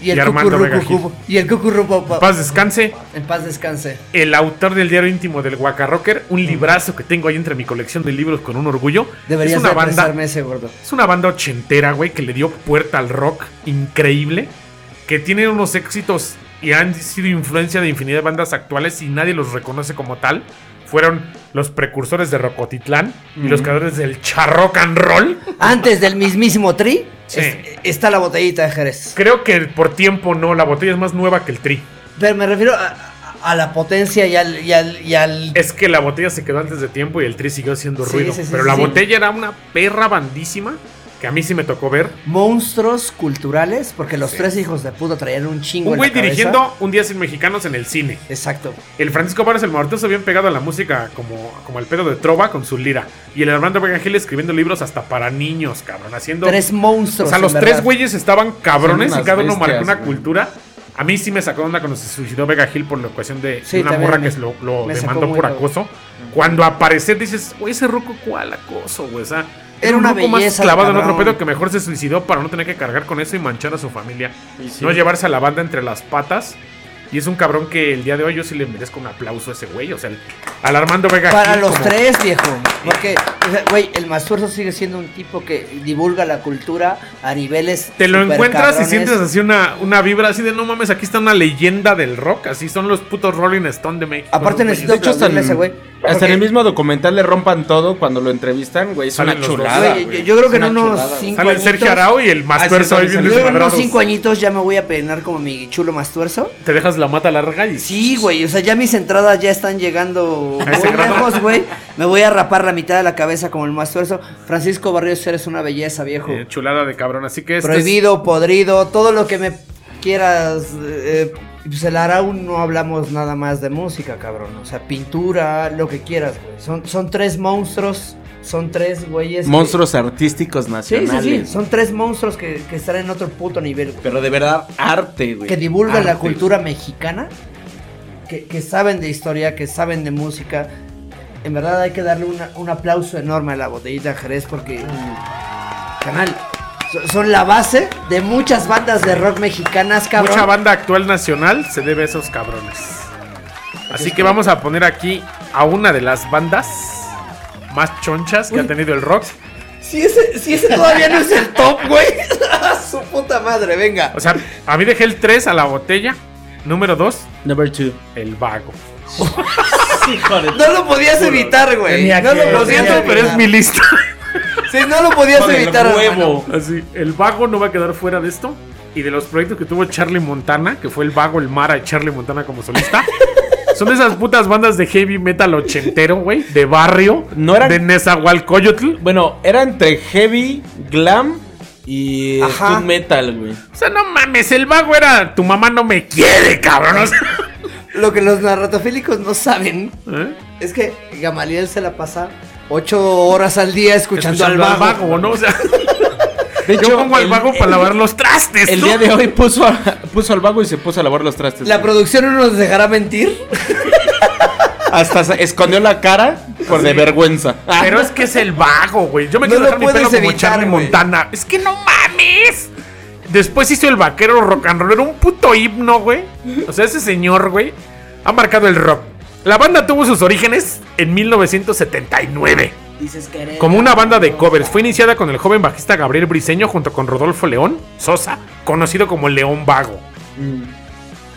B: Y el
C: Y Armando Vega
B: cucurrucucubo. Y el cucurrupopo.
C: Paz descanse,
B: En paz descanse.
C: el autor del diario íntimo del Guacarrocker,
B: Mm.
C: un librazo que tengo ahí entre mi colección de libros con un orgullo.
B: Deberías
C: es una
B: de
C: banda
B: prestarme ese gordo.
C: Es una banda ochentera, güey, que le dio puerta al rock increíble, que tiene unos éxitos y han sido influencia de infinidad de bandas actuales y nadie los reconoce como tal. Fueron los precursores de Rocotitlán y
B: Mm.
C: los creadores del charrock and roll.
B: Antes del mismísimo tri,
C: Sí.
B: es- está la botellita de Jerez.
C: Creo que por tiempo no, la botella es más nueva que el tri.
B: Pero me refiero a, a la potencia y al. Y al, y al-
C: Es que la botella se quedó antes de tiempo y el tri siguió haciendo
B: Sí,
C: ruido.
B: sí, sí,
C: Pero
B: sí,
C: la
B: sí.
C: botella era una perra bandísima que a mí sí me tocó ver.
B: monstruos culturales, porque los tres hijos de puta traían un chingo.
C: Un
B: en la
C: güey
B: cabeza.
C: dirigiendo Un Día Sin Mexicanos en el cine.
B: Exacto.
C: El Francisco Barros el Mortoso bien pegado a la música como, como el pedo de trova con su lira. Y el Armando Vega Gil escribiendo libros hasta para niños, cabrón. Haciendo.
B: Tres monstruos.
C: o sea,
B: en
C: pues, los
B: verdad.
C: tres güeyes estaban cabrones
A: Son
C: y
A: unas
C: cada uno marcó
A: bestias,
C: una
A: güey.
C: cultura. A mí sí me sacó de onda cuando se suicidó Vega Gil por la ocasión de
B: Sí,
C: de una
B: también
C: morra
B: me-
C: que lo, lo
B: me
C: demandó
B: sacó muy
C: por
B: de-
C: acoso. Cuando aparece dices, güey, ese ruco, ¿cuál acoso, güey? O sea,
B: Era una
C: ruco más
B: belleza,
C: clavado en
B: cabrón.
C: otro pedo que mejor se suicidó para no tener que cargar con eso y manchar a su familia no llevarse a la banda entre las patas. Y es un cabrón que el día de hoy yo sí le merezco un aplauso a ese güey. O sea, el- al Armando Vega.
B: Para
C: Gil
B: los
C: como-
B: tres, viejo. Porque, o sea, güey, el Masturzo sigue siendo un tipo que divulga la cultura a niveles.
C: Te lo
B: super
C: encuentras y
B: cabrones.
C: sientes así una, una vibra así de no mames, aquí está una leyenda del rock. Así son los putos Rolling Stone de México.
B: Aparte,
C: Los
B: necesito
C: güeyes.
A: hecho, hasta
B: aplaudirle a
A: en-
B: ese güey.
A: Hasta
B: porque,
A: en el mismo documental le rompan todo cuando lo entrevistan, güey. Es
C: Salen
A: una
C: los dos.
A: chulada.
B: güey, yo,
A: güey.
B: yo creo
A: Es
B: que en
A: una
B: unos
A: chulada.
B: cinco
C: Sale el
B: añitos-
C: Sergio Arao y el más
A: Ah, sí,
C: tuerzo ahí
A: sale,
C: bien
A: sale.
B: Yo creo que en unos
C: desmadrados.
B: cinco añitos ya me voy a peinar como mi chulo Mastuerzo.
C: Te dejas la mata larga y.
B: Sí, güey, o sea, ya mis entradas ya están llegando
C: A ese
B: muy
C: grado.
B: lejos, güey. Me voy a rapar la mitad de la cabeza como el más tuerzo. Francisco Barrios, eres una belleza, viejo.
C: eh, chulada de cabrón. Así que este es-
B: Prohibido, podrido, todo lo que me quieras. eh, eh, pues el Araún no hablamos nada más de música, cabrón. O sea, pintura, lo que quieras, güey. Son, son tres monstruos, son tres güeyes. que-
A: Monstruos artísticos
B: Sí, sí,
A: nacionales.
B: sí. Son tres monstruos que, que están en otro puto nivel, güey.
A: Pero de verdad, arte, güey.
B: que divulgan la
A: Arte.
B: cultura mexicana, que, que saben de historia, que saben de música. En verdad hay que darle una- un aplauso enorme a la botellita de Jerez porque, canal, so- son la base de muchas bandas de rock mexicanas, cabrón.
C: Mucha banda actual nacional se debe a esos cabrones. Así que vamos a poner aquí a una de las bandas más chonchas que ha tenido el rock.
B: Si ese, si ese todavía no es el top, güey. Su puta madre, venga.
C: O sea, a mí dejé el 3 a la botella. Número 2,
A: Number two.
C: el vago.
B: No lo podías evitar, güey.
D: Tenía
B: No
D: que-
B: lo
C: Lo
B: podías
C: siento,
B: evitar.
C: pero es mi lista.
B: Sí, no lo podías
A: Con el
B: evitar, hermano.
A: huevo.
C: Así, el vago no va a quedar fuera de esto. y de los proyectos que tuvo Charlie Montana, que fue el vago, el Mara y Charlie Montana como solista. Son de esas putas bandas de heavy metal ochentero, güey, de barrio,
A: No eran-
C: de Nezahualcóyotl.
A: Bueno, era entre heavy, glam y eh,
B: Ajá.
A: doom metal, güey.
C: O sea, no mames, el vago era tu mamá no me quiere, cabrón. o sea,
B: Lo que los narratofílicos no saben
C: ¿eh?
B: es que Gamaliel se la pasa ocho horas al día escuchando,
C: Escuchando
B: al vago.
C: ¿no? O sea,
A: De
C: yo pongo al
A: el-
C: vago para
A: el-
C: lavar los trastes.
A: El
C: ¿no?
A: día de hoy puso, a- puso al vago y se puso a lavar los trastes.
B: La producción no nos dejará mentir.
A: Hasta se escondió la cara por de vergüenza.
C: Pero es que es el vago, güey. Yo me
B: No
C: quiero
B: lo
C: dejar mi
B: puedes
C: pelo como
B: evitar,
C: Charlie
B: güey.
C: Montana. Es que no mames. Después hizo el vaquero rock and roll. Era un puto himno, güey. O sea, ese señor, güey, ha marcado el rock. La banda tuvo sus orígenes en 1979.
G: Dices que eres.
C: Como una banda de covers, fue iniciada con el joven bajista Gabriel Briseño junto con Rodolfo León Sosa, conocido como León Vago.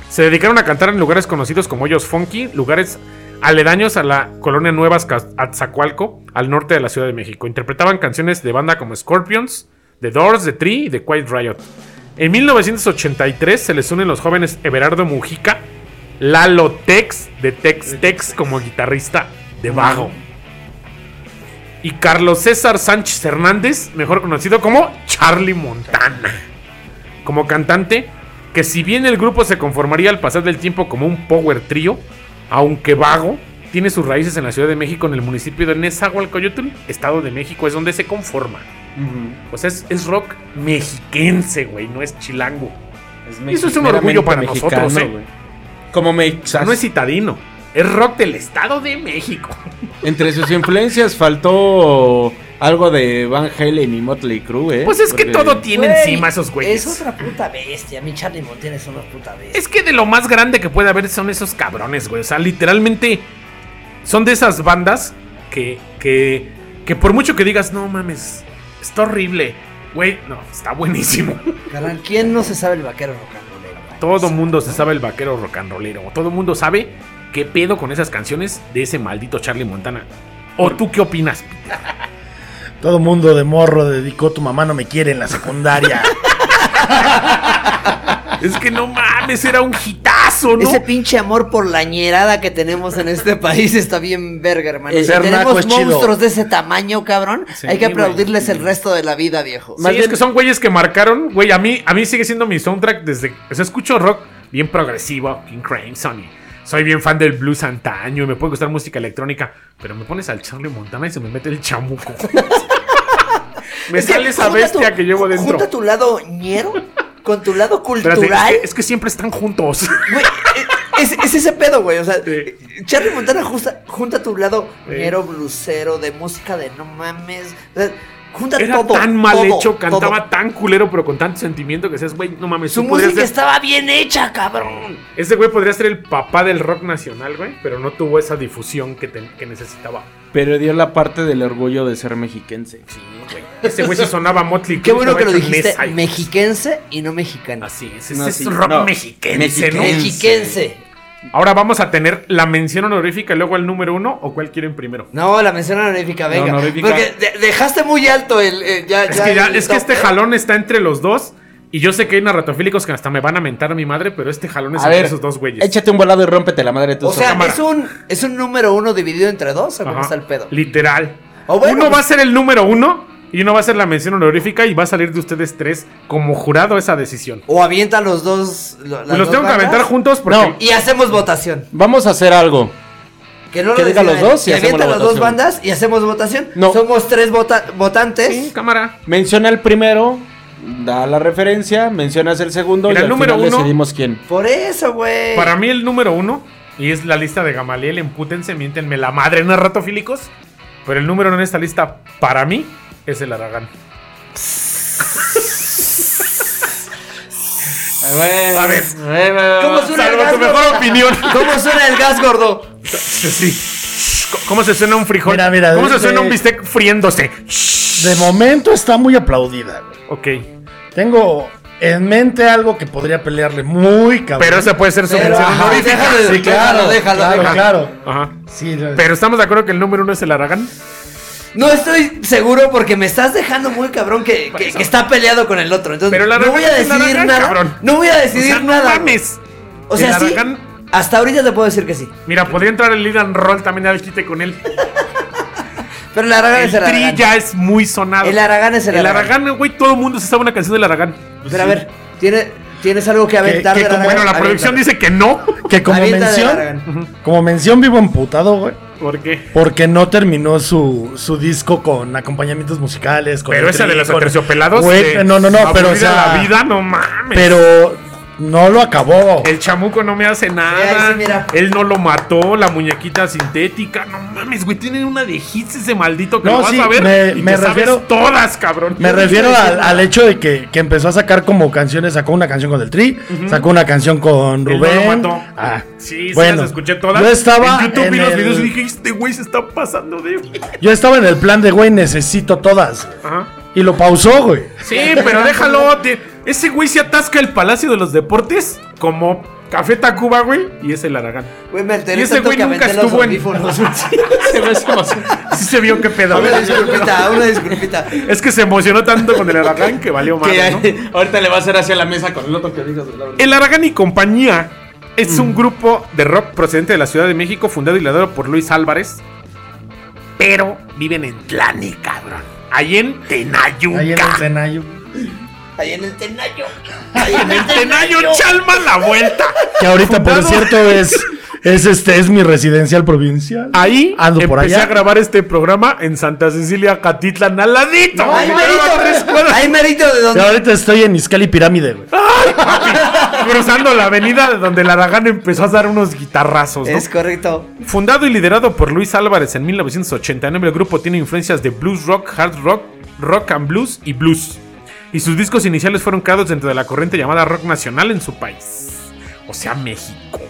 C: Se dedicaron a cantar en lugares conocidos como Hoyos Funky, lugares aledaños a la colonia Nuevas Cas- Atzacualco, al norte de la Ciudad de México. Interpretaban canciones de banda como Scorpions, The Doors, The Tree y The Quiet Riot. En 1983 se les unen los jóvenes Everardo Mujica, Lalo Tex, de Tex Tex como guitarrista de Vago y Carlos César Sánchez Hernández, mejor conocido como Charlie Montana. Como cantante, que si bien el grupo se conformaría al pasar del tiempo como un power trío, aunque vago, tiene sus raíces en la Ciudad de México, en el municipio de Nezahualcóyotl, Estado de México, es donde se conforma. O sea, es, es rock mexiquense, güey, no es chilango. Eso es un orgullo para nosotros, ¿eh?
A: Como me
C: O sea, no es citadino, es rock del Estado de México.
A: Entre sus influencias faltó algo de Van Halen y Motley Crue, ¿eh?
C: Pues es que
A: Porque-
C: todo tiene
B: Güey,
C: encima esos güeyes.
B: Es otra puta bestia. Mi Charlie Montana es una puta bestia.
C: Es que de lo más grande que puede haber son esos cabrones, güey. O sea, literalmente son de esas bandas que, que, que por mucho que digas, no mames, está horrible. Güey, no, está buenísimo.
B: Carnal, ¿quién no se sabe el vaquero rocandolero? güey?
C: Todo mundo se sabe el vaquero rock and rollero. Todo mundo sabe qué pedo con esas canciones de ese maldito Charlie Montana. ¿O tú qué opinas?
D: Todo mundo de morro dedicó tu mamá no me quiere en la secundaria.
C: Es que no mames, era un hitazo, ¿no?
B: Ese pinche amor por la ñerada que tenemos en este país está bien verga, hermano.
D: Ese
B: si
D: arnaco
B: tenemos
D: es chido.
B: monstruos de ese tamaño, cabrón,
C: Sí,
B: hay que
C: güey.
B: aplaudirles el resto de la vida, viejo.
C: Sí, es que son güeyes que marcaron, güey, a mí, a mí sigue siendo mi soundtrack desde, o sea, escucho rock bien progresivo, King Crimson y soy bien fan del blues antaño y me puede gustar música electrónica, pero me pones al Charlie Montana y se me mete el chamuco. me
B: Es que
C: sale esa
B: junta
C: bestia
B: tu-
C: que llevo dentro.
B: Junta tu lado ñero con tu lado
C: Espérate, eh, es,
B: cultural.
C: que, es que siempre están juntos.
B: Güey, e, es, es ese pedo, güey. O sea,
C: Sí.
B: Charlie Montana justa- junta tu lado
C: Sí.
B: ñero, blusero, de música de no mames. O sea, junta
C: Era
B: todo.
C: tan mal
B: todo,
C: hecho, cantaba
B: todo. tan.
C: tan culero, pero con tanto sentimiento que seas, güey, no mames,
B: Su
C: tú podrías
B: música
C: ser-
B: estaba bien hecha, cabrón.
C: Ese güey podría ser el papá del rock nacional, güey, pero no tuvo esa difusión que, te- que necesitaba.
A: Pero dio la parte del orgullo de ser mexiquense.
C: Ese güey se sonaba a Motley
B: Qué
C: Crue,
B: bueno
C: estaba
B: que lo
C: hecho en
B: dijiste
C: esa, güey.
B: mexiquense y no mexicano.
C: Así es,
A: No,
C: ese es
A: sí,
C: rock
A: no.
C: mexiquense, ¿no?
A: Mexiquense.
B: Mexiquense.
C: Ahora vamos a tener la mención honorífica y luego el número uno, ¿o cuál quieren primero?
B: No, la mención honorífica, venga.
A: honorífica.
B: Porque de- dejaste muy alto el. el- ya,
C: Es
B: ya
C: que, ya-
B: el
C: es que
B: top,
C: este
B: ¿eh?
C: jalón está entre los dos. Y yo sé que hay narratofílicos que hasta me van a mentar a mi madre, pero este jalón es
A: A
C: entre
A: ver,
C: esos dos güeyes.
A: échate un volado y rómpete la madre tú
B: O sea,
C: cámara.
B: es un, es un número uno dividido entre dos, ¿o cómo
C: Ajá,
B: está el pedo?
C: Literal.
B: O bueno,
C: uno
B: pues-
C: va a ser el número uno y uno va a ser la mención honorífica y va a salir de ustedes tres como jurado esa decisión.
B: O avienta los dos. lo- las
C: Pues los
B: dos
C: tengo que
B: bandas
C: aventar juntos porque
A: No.
B: Y hacemos votación.
A: Vamos a hacer algo.
B: Que no
A: Que
B: lo
A: diga los
B: decidan.
A: dos y
B: Que
A: hacemos
B: avienta
A: la
B: las dos
A: votación.
B: bandas y hacemos votación.
A: No.
B: Somos tres vota- votantes.
C: Sí, cámara.
A: Menciona el primero, da la referencia, mencionas el segundo y
C: Mira, el
A: al
C: número
A: final
C: uno-
A: decidimos quién.
B: Por eso, güey.
C: Para mí el número uno, y es la lista de Gamaliel, empútense, miéntenme la madre en ratofílicos, pero el número uno en esta lista, para mí, es el Aragán.
A: A ver.
B: ¿Cómo suena el
C: Salvo
B: gas,
C: tu mejor
B: gordo?
C: opinión.
B: ¿Cómo suena el gas, gordo?
C: Sí. ¿Cómo se suena un frijol?
D: Mira, mira,
C: ¿Cómo se
D: desde-
C: suena un bistec friéndose?
D: De momento está muy aplaudida. güey.
C: Ok,
D: Tengo en mente algo que podría pelearle muy cabrón.
C: pero esa puede ser su
B: Pero,
C: mención
B: ajá,
C: honorífica.
B: déjalo,
D: Sí, claro,
B: déjalo, déjalo,
D: claro,
B: déjalo.
D: claro.
C: Ajá.
D: Sí, lo-
C: Pero estamos de acuerdo que el número uno es el Aragán.
B: No estoy seguro porque me estás dejando muy cabrón que, que- que está peleado con el otro. Entonces,
C: Pero la
B: no voy a
C: revancha es la
B: decidir
C: revancha,
B: nada.
C: cabrón.
B: No voy a
C: O
B: decidir
C: sea, no
B: nada.
C: mames.
B: O
C: El
B: sea, sí.
C: Aragán-
B: Hasta ahorita te puedo decir que sí.
C: Mira, podría entrar el Lidan Roll también al quite con él.
B: Pero el Aragán
C: El
B: es el
C: tri
B: Aragán.
C: ya es muy sonado.
B: El Aragán es el,
C: El
B: Aragán.
C: Aragán, güey, todo el mundo se sabe una canción del Aragán.
B: Pero a ver, ¿tiene, ¿tienes algo que aventar
D: que
B: del
D: como-
B: Aragán?
C: Bueno, la
B: Aviéntala.
C: producción dice que no.
D: Que como
B: Aviéntala del
D: mención,
B: Aragán.
D: como mención vivo emputado, güey.
C: ¿Por qué?
D: Porque no terminó su, su disco con acompañamientos musicales. Con
C: Pero
D: el
C: esa
D: tri,
C: de los
D: con-
C: aterciopelados.
D: Güey,
C: de
D: no, no, no, pero o
C: aburrida
D: sea,
C: la vida, no mames.
D: Pero no lo acabó.
C: El chamuco no me hace
B: Mira,
C: nada.
B: ahí sí, mira.
C: Él no lo mató, la muñequita sintética. No mames, güey, tienen una de hits ese maldito que
D: No,
C: lo vas
D: sí,
C: a ver.
D: me-
C: y
D: me
C: te sabes
D: refiero-
C: todas, cabrón.
D: Me
C: Yo
D: refiero
C: estoy
D: al,
C: diciendo-
D: al hecho de que, que empezó a sacar como canciones, sacó una canción con el Tri, sacó una canción con
C: Él no
D: Rubén.
C: lo mató.
D: Ah,
C: sí, sí,
D: bueno,
C: las escuché todas.
D: Yo estaba
C: en YouTube
D: en
C: vi los
D: el-
C: videos y dije, este güey se está pasando de.
D: Yo estaba en el plan de, güey, necesito todas.
C: Ajá.
D: Y lo pausó, güey.
C: Sí, pero déjalo. te- Ese güey se atasca el Palacio de los Deportes como Café Tacuba, güey, y es el Aragán.
B: Güey, me enteré
C: Y ese
B: tanto
C: güey
B: que
C: nunca
B: aventé los
C: estuvo en-
B: audífonos.
C: Se me hace más- Sí se vio que pedo.
B: una disculpita, una disculpita.
C: Es que se emocionó tanto con el Aragán que valió madre, ¿no?
A: Que ahorita le va a hacer hacia la mesa con el otro que digas. la verdad.
C: El Aragán y compañía es
B: Mm.
C: un grupo de rock procedente de la Ciudad de México, fundado y liderado por Luis Álvarez. Pero viven en Tlane, cabrón. Ahí en Tenayuca.
D: Ahí en el Tenayo.
B: Ahí en el Tenayo. Ahí en el
C: Tenayo Chalma la vuelta.
D: Que ahorita, por
C: Fundado-
D: cierto, es, es este, es mi residencial provincial.
C: Ahí
D: Ando
C: empecé
D: por allá.
C: a grabar este programa en Santa Cecilia, Catitlán, al ladito.
B: Ahí
C: Me quedaba a tres
B: merito.
C: cuadras.
B: Ahí merito de
D: Y
B: donde.
D: ahorita estoy en Iscali Pirámide, güey.
C: Ah. Cruzando la avenida de donde el Aragán empezó a dar unos guitarrazos, pues, ¿no?
B: Es correcto.
C: Fundado y liderado por Luis Álvarez en 1989, el grupo tiene influencias de blues rock, hard rock, rock and blues y blues. Y sus discos iniciales fueron creados dentro de la corriente llamada rock nacional en su país, o sea, México.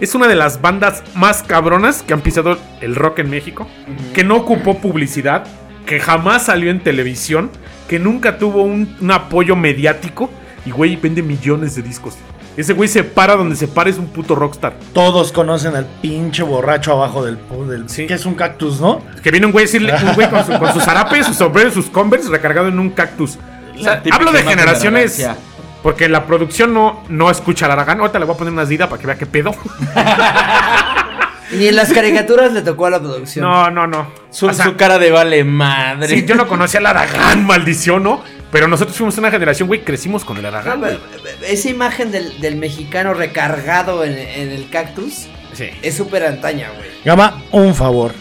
C: Es una de las bandas más cabronas que han pisado el rock en México, que no ocupó publicidad, que jamás salió en televisión, que nunca tuvo un, un apoyo mediático y, güey, vende millones de discos. Ese güey se para donde se para, es un puto rockstar.
D: Todos conocen al pinche borracho abajo del, pu- del
C: Sí.
D: que es un cactus, ¿no?
C: Que viene un güey, a decirle- un güey con, su, con sus zarapes, sus sombreros, sus converse recargado en un cactus. O
F: La
C: sea,
F: típica
C: hablo de
F: imagen de
C: generaciones.
F: arrogancia.
C: porque la producción no, no escucha al Aragán. Ahorita le voy a poner una dida para que vea qué pedo.
B: Ni en las caricaturas le tocó a la producción.
C: No, no, no.
A: Su,
C: O sea,
A: su cara de vale madre.
C: sí, yo no conocía al Aragán, maldición, ¿no? Pero nosotros fuimos una generación, güey, crecimos con el
B: No,
C: Aragán.
B: Ah, pero, eh, esa imagen del, del mexicano recargado en, en el cactus
C: Sí.
B: es súper antaña, güey.
D: Gama, un favor.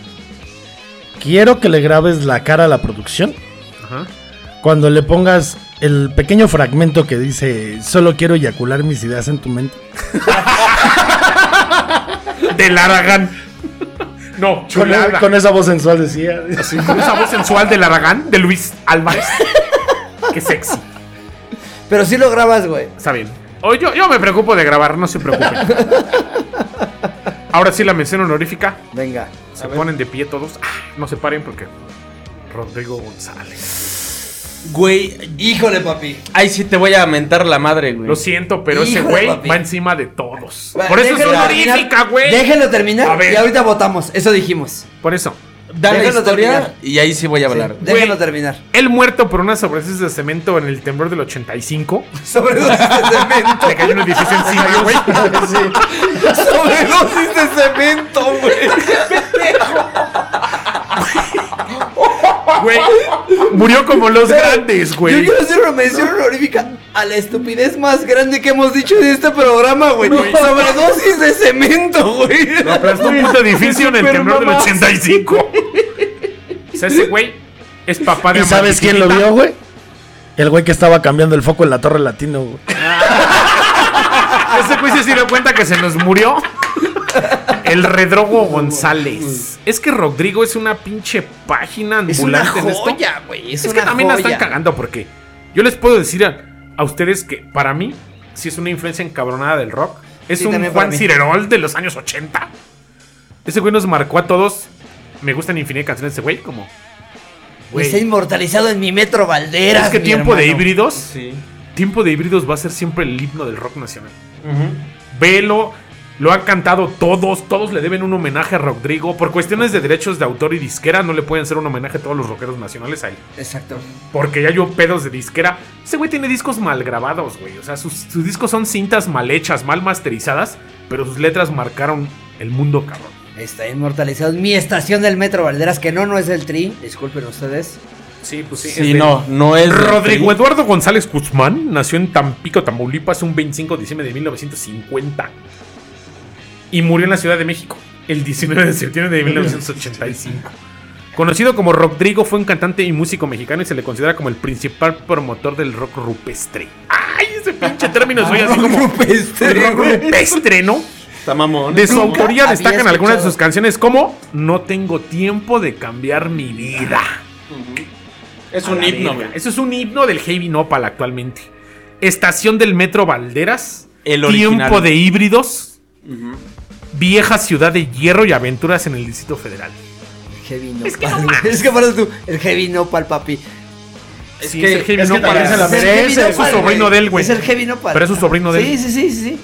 D: Quiero que le grabes la cara a la producción
C: Ajá.
D: cuando le pongas el pequeño fragmento que dice solo quiero eyacular mis ideas en tu mente.
C: Del Aragán. No,
D: Con,
C: chulada.
D: con esa voz sensual decía.
C: Sí, con esa voz sensual del Aragán, de Luis Álvarez. qué sexy.
B: Pero sí lo grabas, güey.
C: Está bien. O yo, yo me preocupo de grabar, no se preocupen. Ahora sí la mención honorífica.
B: Venga.
C: Se ponen de pie todos. Ah, no se paren porque. Rodrigo González.
A: Güey,
B: Híjole, papi.
A: ahí sí te voy a mentar la madre, güey.
C: Lo siento, pero ese
B: Híjole,
C: güey
B: papi.
C: va encima de todos.
B: Va,
C: Por eso es
B: déjenlo terminar.
C: honorífica, güey.
B: Déjenlo
C: A
B: terminar
C: ver.
B: y ahorita votamos. Eso dijimos.
C: Por eso.
A: Da la
B: Déjalo
A: historia
B: terminar.
A: y ahí sí voy a hablar. güey.
B: Déjenlo
C: Güey.
B: terminar.
C: Él muerto por una sobredosis de cemento en el temblor del 85.
B: Sobredosis de cemento.
C: Le cayó un edificio encima, güey.
B: Sobredosis de cemento, güey.
C: Güey, Murió como los grandes,
B: Yo
C: güey.
B: quiero hacer una mención honorífica a la estupidez más grande que hemos dicho en este programa, güey. Sobredosis de cemento, güey.
C: Lo aplastó un puto edificio en el temblor del 85. O sea, ese güey es papá de
D: ¿Y sabes quién lo
C: Amantiquita.
D: vio, güey? El güey que estaba cambiando el foco en la Torre Latino, güey.
C: Ese juicio se dio cuenta que se nos murió. El Redrogo González. Es que Rodrigo es una pinche página
B: Es una
C: ambulante en esto.
B: joya, güey. Es,
C: Es que
B: una
C: también la
B: joya.
C: están cagando porque yo les puedo decir a, a ustedes que para mí sí es una influencia encabronada del rock. Es
B: Sí,
C: un
B: también para
C: Juan
B: mí.
C: Cirerol de los años 80. Ese güey nos marcó a todos. Me gustan infinidad de canciones de ese güey, como...
B: Y Está
C: Güey,
B: inmortalizado en mi metro Valderas.
C: es que
B: mi
C: tiempo de
B: hermano.
C: híbridos...
A: Sí.
C: Tiempo de híbridos va a ser siempre el himno del rock nacional. Velo, Lo han cantado todos, todos le deben un homenaje a Rodrigo. Por cuestiones de derechos de autor y disquera, no le pueden hacer un homenaje a todos los rockeros nacionales a él.
B: Exacto.
C: Porque ya yo pedos de disquera. Ese güey tiene discos mal grabados, güey. O sea, sus, sus discos son cintas mal hechas, mal masterizadas, pero sus letras marcaron el mundo, cabrón.
B: Está inmortalizado. Mi estación del metro Valderas, que no, no es del tri. Disculpen ustedes.
C: Sí, pues
F: Sí, no, no es.
C: Rodrigo Eduardo González Guzmán nació en Tampico, Tamaulipas, un 25 de diciembre de 1950. Y murió en la Ciudad de México el 19 de septiembre de 1985. Conocido como Rodrigo, fue un cantante y músico mexicano y se le considera como el principal promotor del rock rupestre. ¡Ay, ese pinche término soy así como
A: Este,
C: el rock rupestre, ¿no?
F: Está mamón.
C: De su autoría
B: había
C: destacan algunas de
B: escuchado.
C: sus canciones como No tengo tiempo de cambiar mi vida.
A: Es
C: A
A: un
C: la
A: himno,
C: verga.
A: güey.
C: Eso es un himno del Heavy Nopal actualmente. Estación del Metro Valderas.
A: El
C: tiempo
A: original.
C: de híbridos. Vieja ciudad de hierro y aventuras en el Distrito Federal.
B: El heavy no es que es que paras tú. El heavy no pal papi.
A: Es
C: Sí,
A: que-
C: es el Heavy
A: es que
C: Nopal.
A: también se la
B: Es el
A: merece.
B: heavy
C: merece, es su
B: nopal,
C: sobrino de él, güey.
B: Es el heavy no pal.
C: Pero es su sobrino de él.
B: Sí, sí, sí, sí. sí.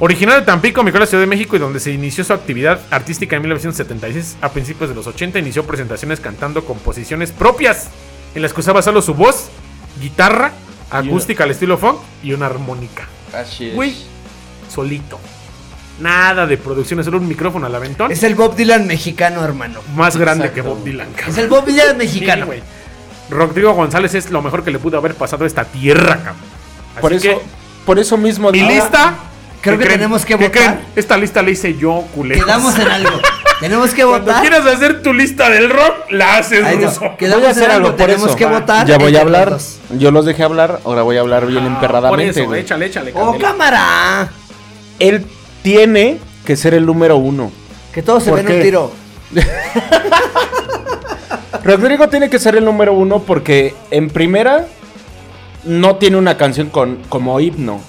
C: Originario de Tampico, Micro, la Ciudad de México, y donde se inició su actividad artística en 1976. A principios de los 80 inició presentaciones cantando composiciones propias, en las que usaba solo su voz, guitarra, acústica al estilo funk y una armónica.
F: Así es.
C: Güey, solito. Nada de producciones, solo un micrófono al aventón.
B: Es el Bob Dylan mexicano, hermano.
C: más grande
F: Exacto.
C: que Bob Dylan. cabrón.
B: Es el Bob Dylan
C: Sí,
B: mexicano.
C: güey. Rodrigo González es lo mejor que le pudo haber pasado a esta tierra, cabrón. Así
A: Por eso,
C: que,
A: por eso mismo.
C: mi
A: Ahora,
C: lista.
B: creo
C: ¿qué
B: que tenemos que
C: ¿Qué
B: votar.
C: Esta lista la hice yo, culero.
B: Quedamos en algo. Tenemos que
C: Cuando
B: votar.
C: quieras hacer tu lista del rock, la haces,
B: Ahí no.
C: ruso.
B: Quedamos
A: Voy a hacer
B: en algo.
A: algo por
B: Tenemos
A: eso.
B: que votar.
F: Ya voy
B: entre
F: a hablar.
B: los dos.
F: Yo los dejé hablar, ahora voy a hablar bien
C: Ah, Por
F: emperradamente.
C: eso,
F: güey.
C: échale, échale.
B: ¡Oh,
C: Candela.
B: cámara!
F: Él tiene que ser el número uno.
B: Que todos se
F: ¿Por
B: ven
F: qué?
B: un tiro.
F: Rodrigo tiene que ser el número uno porque en primera no tiene una canción con, como himno.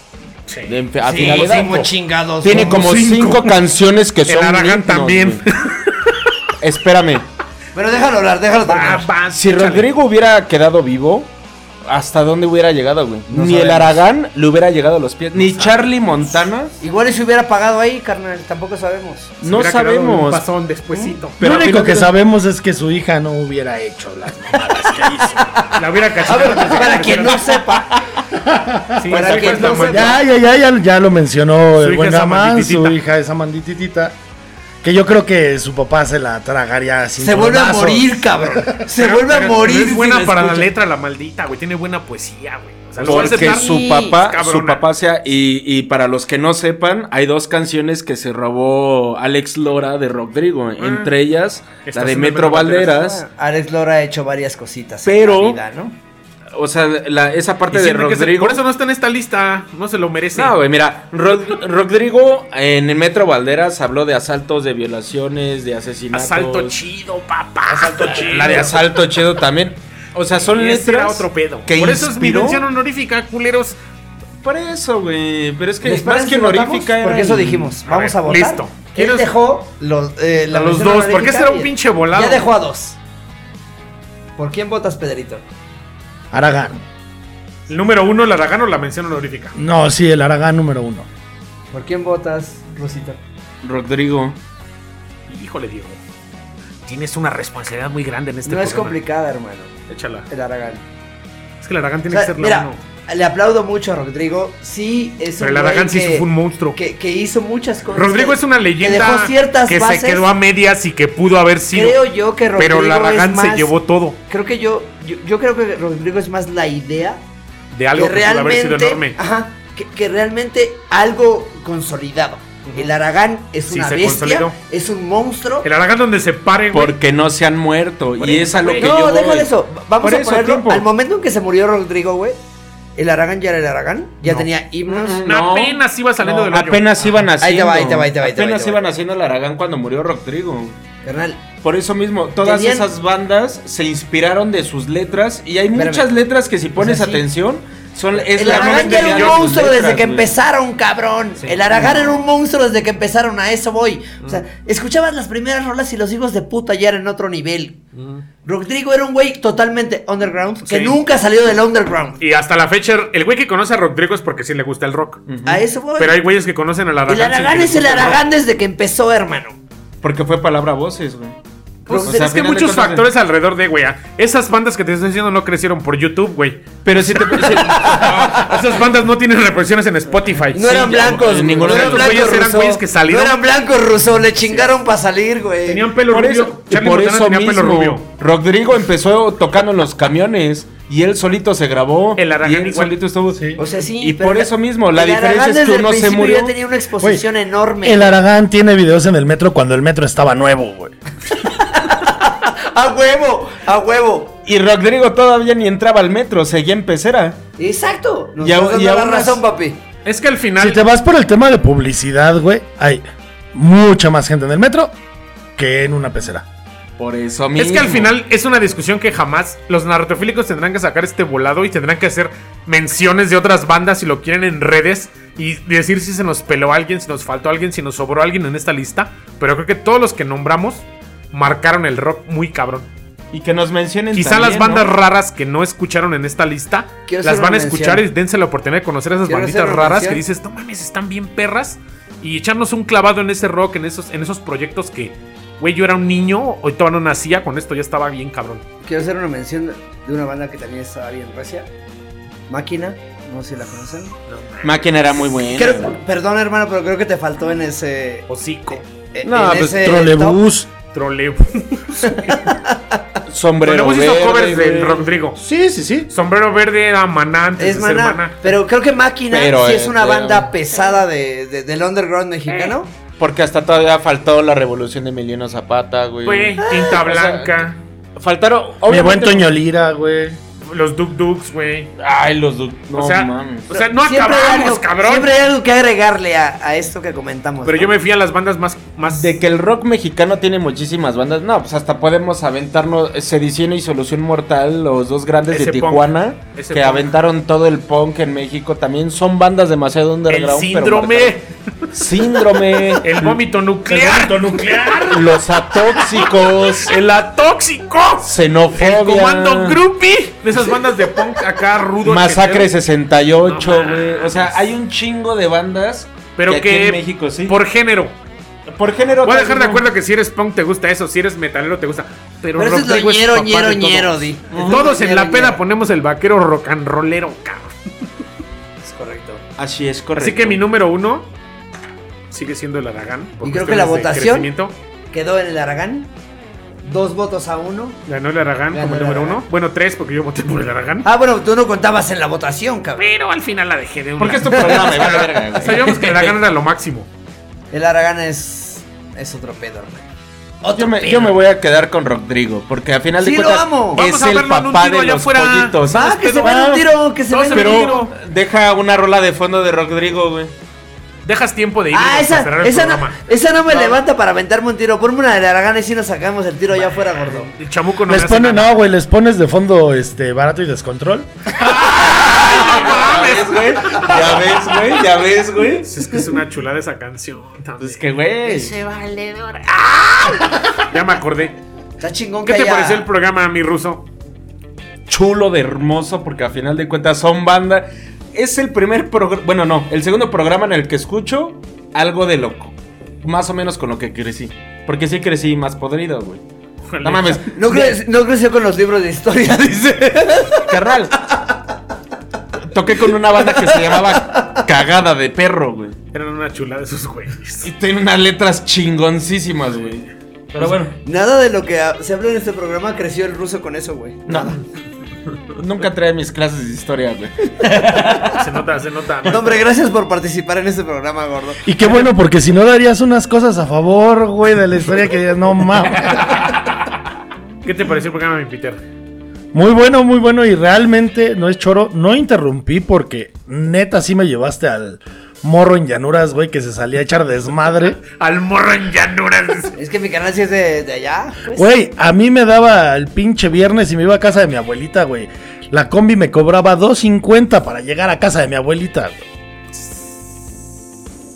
C: Sí.
F: De- a
B: Sí,
F: finalidad,
B: como
F: co-
B: chingados.
F: tiene
B: como-
F: como cinco, canciones que son.
C: Aragán
F: himnos,
C: también.
F: güey. Espérame.
B: Pero déjalo hablar, déjalo
C: Va,
B: terminar.
C: va,
F: Si
C: échale.
F: Rodrigo hubiera quedado vivo, ¿hasta dónde hubiera llegado, güey?
B: No
F: ni el
B: sabemos.
F: Aragán le hubiera llegado a los pies. Ni Charlie Montana.
B: Igual y se hubiera pagado ahí, carnal. Tampoco sabemos.
C: Se
F: No
C: hubiera quedado Un
F: sabemos.
C: pasón despuesito.
D: lo único que
F: fíjate-
D: sabemos es que su hija no hubiera hecho las mamadas que hizo.
C: La hubiera
B: A
C: cachado.
B: ver, para quien no sepa.
C: Sí,
B: para
C: ¿sabes
B: quien
C: cuál es la
B: no
C: maldad?
B: sepa.
D: Ya, ya, ya, ya, ya lo mencionó
C: Su hija
D: el buen
C: es
D: Gamán, su
C: Amandititita.
D: hija es amandititita. Que yo creo que su papá se la tragaría sin
B: Se vuelve a
D: codazos.
B: morir, cabrón. Se
C: Pero-
B: vuelve a
C: pero-
B: morir.
C: pero Es
B: si
C: buena
B: la
C: para la
B: escuchas.
C: letra, la maldita, güey. Tiene buena poesía, güey. O sea, lo vas a
A: Porque
C: aceptar.
A: su papá,
C: cabrona.
A: su papá sea, y, y para los que no sepan, hay dos canciones que se robó Alex Lora de Rodrigo,
C: Ah.
A: entre ellas la
C: Estación
A: de
C: de
A: Metro
C: Metro
A: Valderas,
B: Ah, Alex Lora ha hecho varias cositas.
A: Pero-
B: En la vida, ¿no?
A: o sea, la- esa
C: Y
A: parte de
C: siempre que se-
A: Rodrigo.
C: por eso no está en esta lista. No se lo merece.
A: No, güey, mira, Rod- Rodrigo en el Metro Valderas habló de asaltos, de violaciones, de asesinatos. Ah,
C: Asalto chido, papá. Asalto chido.
A: La de asalto chido también. O sea, son
C: Y ese
A: letras.
C: era otro pedo.
A: que
C: Por eso es mi
A: inspiró-
C: mención honorífica, culeros.
A: Por eso, güey. Pero es que más
B: ¿Les parece
A: que
B: si votamos?
A: honorífica era
B: Porque eso
A: el-
B: dijimos. Vamos
C: ver,
B: a votar.
C: listo. ¿Quieres-
B: Él dejó los, eh, la
C: A los
B: mención
C: dos, porque
B: honorífica
C: ese era un
B: y-
C: pinche volado.
B: Ya dejó a dos. ¿Por quién votas, Pedrito?
D: Aragán.
C: El número uno, el Aragán o la mención honorífica.
D: No, sí, el Aragán número uno.
B: ¿Por quién votas, Rosita?
A: Rodrigo.
C: Híjole, Diego. Tienes una responsabilidad muy grande en este
B: no es
C: programa.
B: complicada, hermano.
C: Échala.
B: El Aragán.
C: Es que el Aragán
B: O
C: tiene
B: sea,
C: que ser la
B: mira,
C: uno.
B: le aplaudo mucho a Rodrigo. Sí, es
C: Pero
B: un
C: el
B: güey
C: Aragán sí
B: que-
C: fue un monstruo.
B: que, que hizo muchas cosas.
C: Rodrigo es una
B: Que
C: leyenda
B: dejó ciertas
C: que
B: bases.
C: se quedó a medias y que pudo haber sido.
B: Creo yo que Rodrigo
C: pero el Aragán
B: es
C: se
B: más-
C: llevó todo
B: Creo que yo, yo, yo creo que Rodrigo es más la idea
C: de algo
B: que
C: que, pudo haber
B: realmente,
C: sido enorme.
B: ajá, que, que realmente algo consolidado. El Aragán es
C: Sí,
B: una
C: se
B: bestia,
C: consolidó.
B: es un monstruo.
C: El Aragán donde se pare, güey.
A: Porque no se han muerto.
C: Por
A: y
C: eso,
A: es a lo
C: güey.
A: que yo
B: No,
A: voy.
B: deja de eso. Va- Vamos
A: Por
B: a
A: eso,
B: ponerlo.
A: tiempo.
B: Al momento en que se murió Rodrigo, güey, el Aragán ya era el Aragán, ya
C: No.
B: tenía himnos.
A: No.
C: apenas iba saliendo
A: No,
C: del hoyo.
A: apenas iban haciendo.
B: va, ahí te va, ahí te va, ahí te va,
A: apenas
B: ahí te va.
A: iban haciendo el Aragán cuando murió Rodrigo.
B: Carnal,
A: Por eso mismo, todas
B: Tenían-
A: esas bandas se inspiraron de sus letras y hay
B: Espérame.
A: muchas letras que si pones
B: O sea, sí.
A: atención Son, es
B: El
A: la
B: Aragán
A: noventa
B: ya era un
A: millones de
B: monstruo
A: letras,
B: desde que
A: güey.
B: empezaron, cabrón. El Aragán era un monstruo desde que empezaron, a eso voy. O
C: Mm.
B: sea, escuchabas las primeras rolas y los hijos de puta ya eran en otro nivel. Rodrigo era un güey totalmente underground, que
C: Mm. Sí.
B: nunca salió del underground.
C: Y hasta la fecha, el güey que conoce a Rodrigo es porque sí le gusta el rock.
B: A eso voy.
C: Pero hay güeyes que conocen a la
B: el Aragán es el Aragán desde que empezó, hermano.
A: Porque fue palabra voces, güey.
B: Pues,
A: O
B: es
A: sea,
C: es que
A: al final
C: muchos
A: de cuentas-
C: factores alrededor de, güey. ah, Esas bandas que te estoy diciendo no crecieron por YouTube, güey.
A: Pero si te. si-
C: Esas bandas no tienen reproducciones en Spotify.
B: No eran blancos,
A: en ninguno
B: no
A: de
B: eran
A: los
B: blancos
C: güeyes eran
B: Rousseau.
C: güeyes que salieron.
B: No eran blancos Rousseau, le chingaron para salir, güey.
C: Tenían pelo
A: por
C: ah, rubio.
A: eso, y
C: Charlie
A: por
C: Montana
A: eso
C: tenía pelo rubio.
A: mismo, Rodrigo empezó tocando en los camiones y él solito se grabó.
C: El Aragán
A: y él
C: igual.
A: solito estuvo.
B: O sea, sí.
A: Y
B: pero
A: por eso mismo, la
B: el
A: diferencia
B: Aragán
A: es
B: desde
A: que
B: el
A: uno se
B: principio
A: murió.
B: Ya tenía una exposición enorme.
D: El Aragán tiene videos en el metro cuando el metro estaba nuevo, güey.
B: A huevo, a huevo.
A: Y Rodrigo todavía ni entraba al metro, seguía en pecera.
B: Exacto. Nos
A: Y au-
B: estás dando
A: y
B: la
A: aún así-
B: razón, papi.
C: Es que al final.
D: Si te vas por el tema de publicidad, güey, hay mucha más gente en el metro que en una pecera.
A: Por eso mismo.
C: Es que al final es una discusión que jamás los narratofílicos tendrán que sacar este volado y tendrán que hacer menciones de otras bandas si lo quieren en redes y decir si se nos peló alguien, si nos faltó alguien, si nos sobró alguien en esta lista. Pero creo que todos los que nombramos marcaron el rock muy cabrón.
A: Y que nos mencionen.
C: Quizá
A: también,
C: las bandas
A: ¿no?
C: raras que no escucharon en esta lista
B: Quiero
C: las
B: hacer
C: van a
B: una
C: escuchar
B: mención.
C: y dense la oportunidad de conocer a esas
B: Quiero
C: banditas
B: hacer una
C: raras que
B: mención.
C: dices, no mames, están bien perras. Y echarnos un clavado en ese rock, en esos, en esos proyectos que, güey, yo era un niño, hoy todavía no nacía, con esto ya estaba bien cabrón.
B: Quiero hacer una mención de una banda que también estaba bien recia. Máquina. No sé si la conocen.
A: Máquina era muy buena.
B: Creo-
A: güey.
B: perdón, hermano, pero creo que te faltó en ese. eh,
C: Hocico,
B: en
D: No, pues
B: ese
D: trolebús.
C: troleo.
A: Sombrero.
C: Pero hizo
A: verde,
C: covers
A: güey.
C: de Rodrigo.
D: Sí, sí, sí.
C: Sombrero verde era maná
B: top.
C: antes
B: Es
C: de ser
B: Maná,
C: Maná.
B: pero creo que Máquina
A: Pero,
B: sí
A: eh,
B: es una
A: pero-
B: banda pesada de, de- del underground mexicano.
C: Eh,
A: Porque hasta todavía faltó la revolución de Emiliano Zapata, güey.
C: Güey, tinta blanca,
A: Faltaron.
D: Mi buen
A: obviamente-
D: Toño Lira, güey.
C: los Duk Duks, güey.
A: Ay, los. du- No,
C: o sea,
A: mames.
C: o sea, no
B: Siempre hay
C: acabamos,
B: algo-
C: cabrón.
B: Siempre hay algo que agregarle a, a esto que comentamos.
C: Pero
B: ¿no?
C: yo me fui a las bandas más. más
A: De que el rock mexicano tiene muchísimas bandas. No, pues hasta podemos aventarnos Sedición y Solución Mortal, los dos grandes
C: Ese
A: de
C: punk.
A: Tijuana,
C: Ese
A: que
C: punk.
A: aventaron todo el punk en México. También son bandas demasiado
C: el
A: underground. pero
C: síndrome,
A: marcaron. síndrome.
C: el vómito nuclear, el nuclear,
A: los atóxicos.
C: el atóxico,
A: xenofobia.
C: el comando groupie, de esas bandas de punk acá rudo.
A: Masacre
C: ochentero.
A: 68,
C: No
A: güey. O sea, hay un chingo de bandas.
C: Pero que,
A: aquí en México, sí.
C: por género.
A: por género.
C: Voy a
A: casi
C: dejar de
A: no.
C: acuerdo que si eres punk te gusta eso, si eres metalero te gusta. Pero,
B: Pero eso es lo
C: Rodrigo
B: ñero,
C: papá
B: ñero,
C: de todo.
B: ñero, di.
C: Todos en la
B: Ñero,
C: peda
B: ñero.
C: ponemos el vaquero rock and rollero, cabrón.
B: Es correcto.
A: Así es, correcto.
C: Así que mi número uno sigue siendo el Aragán. por
B: Y creo que la
C: cuestiones de
B: votación-
C: crecimiento.
B: Quedó en el Aragán. Dos votos a uno.
C: Ganó el Aragán
B: Ganó
C: como el
B: el
C: número
B: Aragán.
C: uno. Bueno, tres, porque yo voté por el Aragán.
B: Ah, bueno, tú no contabas en la votación, cabrón.
C: Pero al final la dejé de un
A: Porque es
C: lado.
A: tu programa, me vale verga, güey.
C: Sabíamos que el Aragán era lo máximo.
B: El Aragán es. es otro pedo, hermano.
A: Yo me, yo me voy a quedar con Rodrigo, porque al final
B: Sí,
A: de
B: lo
A: cuentas
B: amo.
A: es
C: Vamos a verlo
A: el
C: en un
A: papá
C: tiro
A: de
C: allá
A: los
C: afuera.
A: pollitos.
B: Va, que se
A: Pero-
B: va un tiro, que se
C: No,
B: va
C: se
B: un
C: ve un
B: tiro.
C: tiro.
A: Pero deja una rola de fondo de Rodrigo, güey.
C: Dejas tiempo de ir
B: Ah,
C: y
B: esa,
C: cerrar el
B: esa, no,
C: programa.
B: esa no me levanta para aventarme un tiro. Ponme una del Aragán y si nos sacamos el tiro allá afuera, gordo.
C: El chamuco no
D: les
C: me hace
D: pones,
C: nada.
D: no, güey, les pones de fondo este barato y descontrol.
A: Ya ves, güey. Ya ves, güey. Ya ves, güey.
C: Es que es una chulada esa canción. también.
A: Es que, güey.
C: Ya me acordé.
B: Está chingón
C: ¿Qué
B: que
C: te
B: haya-
C: pareció el programa, mi ruso?
A: Chulo de hermoso, porque al final de cuentas son banda. Es el primer programa. Bueno, no. El segundo programa en el que escucho algo de loco. Más o menos con lo que crecí. Porque sí crecí más podrido, güey. No mames.
B: No, cre- no creció con los libros de historia, dice.
A: Carnal. Toqué con una banda que se llamaba Cagada de Perro, güey.
C: Eran una chulada esos güeyes.
A: Y tiene unas letras chingoncísimas, güey. Pero bueno,
B: Nada de lo que ah, se habla en este programa creció el ruso con eso, güey.
A: nada. Nunca trae mis clases de historia, güey.
C: Se nota, se nota.
B: No, hombre, gracias por participar en este programa, gordo.
D: Y qué bueno, porque si no darías unas cosas a favor, güey, de la historia que dirías, no mames.
C: ¿Qué te pareció el programa, mi Peter?
D: Muy bueno, muy bueno. Y realmente no es choro. No interrumpí porque neta sí me llevaste al morro en llanuras, güey, que se salía a echar desmadre.
C: Al morro en llanuras.
B: Es que mi canal sí es de, de allá. pues.
D: Güey, a mí me daba el pinche viernes y me iba a casa de mi abuelita, güey. La combi me cobraba 2.50 para llegar a casa de mi abuelita. güey.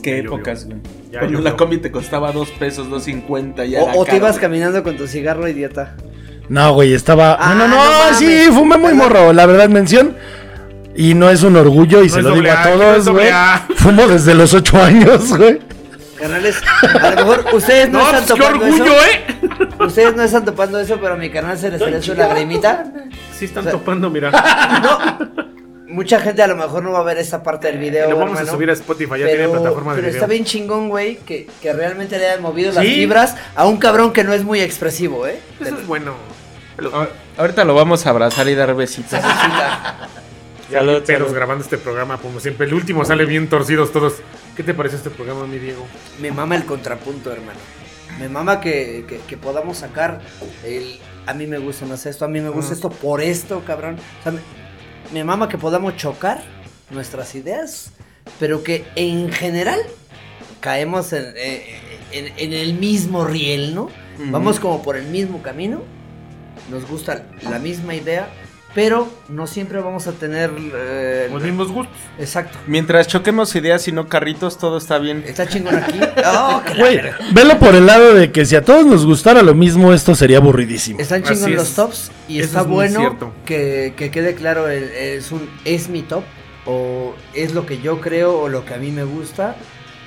A: Qué
C: Ya
A: épocas, güey.
C: Ya
A: Cuando
C: llovió.
A: la combi te costaba 2 pesos, 2.50 ya. era
B: O, o te
A: caro,
B: ibas
A: güey.
B: caminando con tu cigarro, idiota.
D: No, güey, estaba.
B: Ah,
D: no, no,
B: no
D: no,
B: mames.
D: sí, fumé muy morro. La verdad, mención. Y no es un orgullo, y
C: No
D: se
C: es
D: lo digo
C: doble
D: a
C: A, no es
D: todos,
C: doble
D: güey.
C: A.
D: Fumo desde los 8 años, güey.
B: Carnales, a lo mejor ustedes no,
C: No,
B: están
C: pues, qué
B: topando
C: orgullo,
B: eso.
C: ¿eh?
B: Ustedes no están topando eso, pero a mi carnal se le salió su lagrimita.
C: Sí están
B: O sea-
C: topando, mira.
B: Mucha gente a lo mejor no va a ver esta parte del video.
C: lo vamos a
B: hermano,
C: subir a Spotify, Pues ya
B: pero-
C: tiene plataforma de
B: Pero
C: video.
B: está bien chingón, güey, que, que realmente le hayan movido las
C: Sí.
B: fibras a un cabrón que no es muy expresivo, ¿eh?
C: Eso es bueno.
A: A- Ahorita lo vamos a abrazar y dar besitos.
C: Ya
A: Salud,
C: aquí pedos
A: salud.
C: grabando este programa, como siempre. El último sale bien torcidos todos. ¿Qué te parece este programa, mi Diego?
B: Me mama el contrapunto, hermano. Me mama que, que- que podamos sacar el... A mí me gusta más esto, a mí me gusta esto por esto, cabrón. O sea, me, me mama que podamos chocar nuestras ideas, pero que en general caemos en, eh, en- en el mismo riel, ¿no? Vamos como por el mismo camino, nos gusta la misma idea, pero no siempre vamos a tener... eh,
C: Los mismos gustos.
B: exacto.
A: Mientras choquemos ideas y no carritos, todo está bien.
B: Está chingón aquí. Oh, que la
D: Güey, velo por el lado de que si a todos nos gustara lo mismo, esto sería aburridísimo.
B: Están
C: Así
B: chingón
C: es.
B: los tops y
C: Eso
B: está
C: es muy
B: bueno
C: cierto.
B: que, que quede claro, el- es un es mi top o es lo que yo creo o lo que a mí me gusta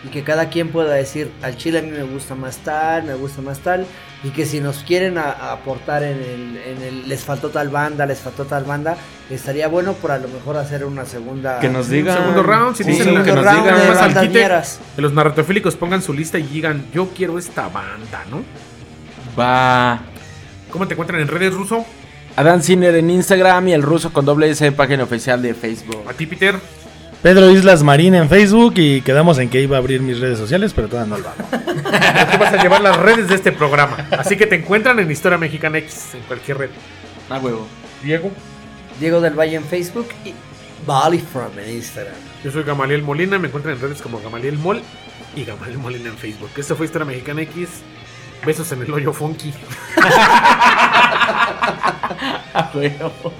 B: y que cada quien pueda decir al chile a mí me gusta más tal, me gusta más tal y que si nos quieren a- a aportar en el, en el les faltó tal banda, les faltó tal banda, estaría bueno por a lo mejor hacer una segunda
A: Que nos
C: Un
A: digan.
C: segundo round, si
A: Sí,
C: dicen
A: un
C: lo
B: segundo
C: que nos
B: round
C: digan,
B: de
C: más al
B: bandas
C: quite.
B: ñeras.
C: Que los narratofílicos pongan su lista y digan, yo quiero esta banda, ¿no?
A: Va.
C: ¿Cómo te encuentran en redes ruso?
A: Adán Ciner en Instagram y el ruso con doble S en página oficial de Facebook.
C: A ti, Peter.
D: Pedro Islas Marín en Facebook y quedamos en que iba a abrir mis redes sociales, pero todavía no lo hago.
C: Tú vas a llevar las redes de este programa. Así que te encuentran en Historia Mexicana X, en cualquier red.
A: A huevo.
C: Diego.
B: Diego del Valle en Facebook y Bali From en Instagram.
C: Yo soy Gamaliel Molina, me encuentran en redes como Gamaliel Mol y Gamaliel Molina en Facebook. Esto fue Historia Mexicana X. Besos en el hoyo funky.
A: A huevo.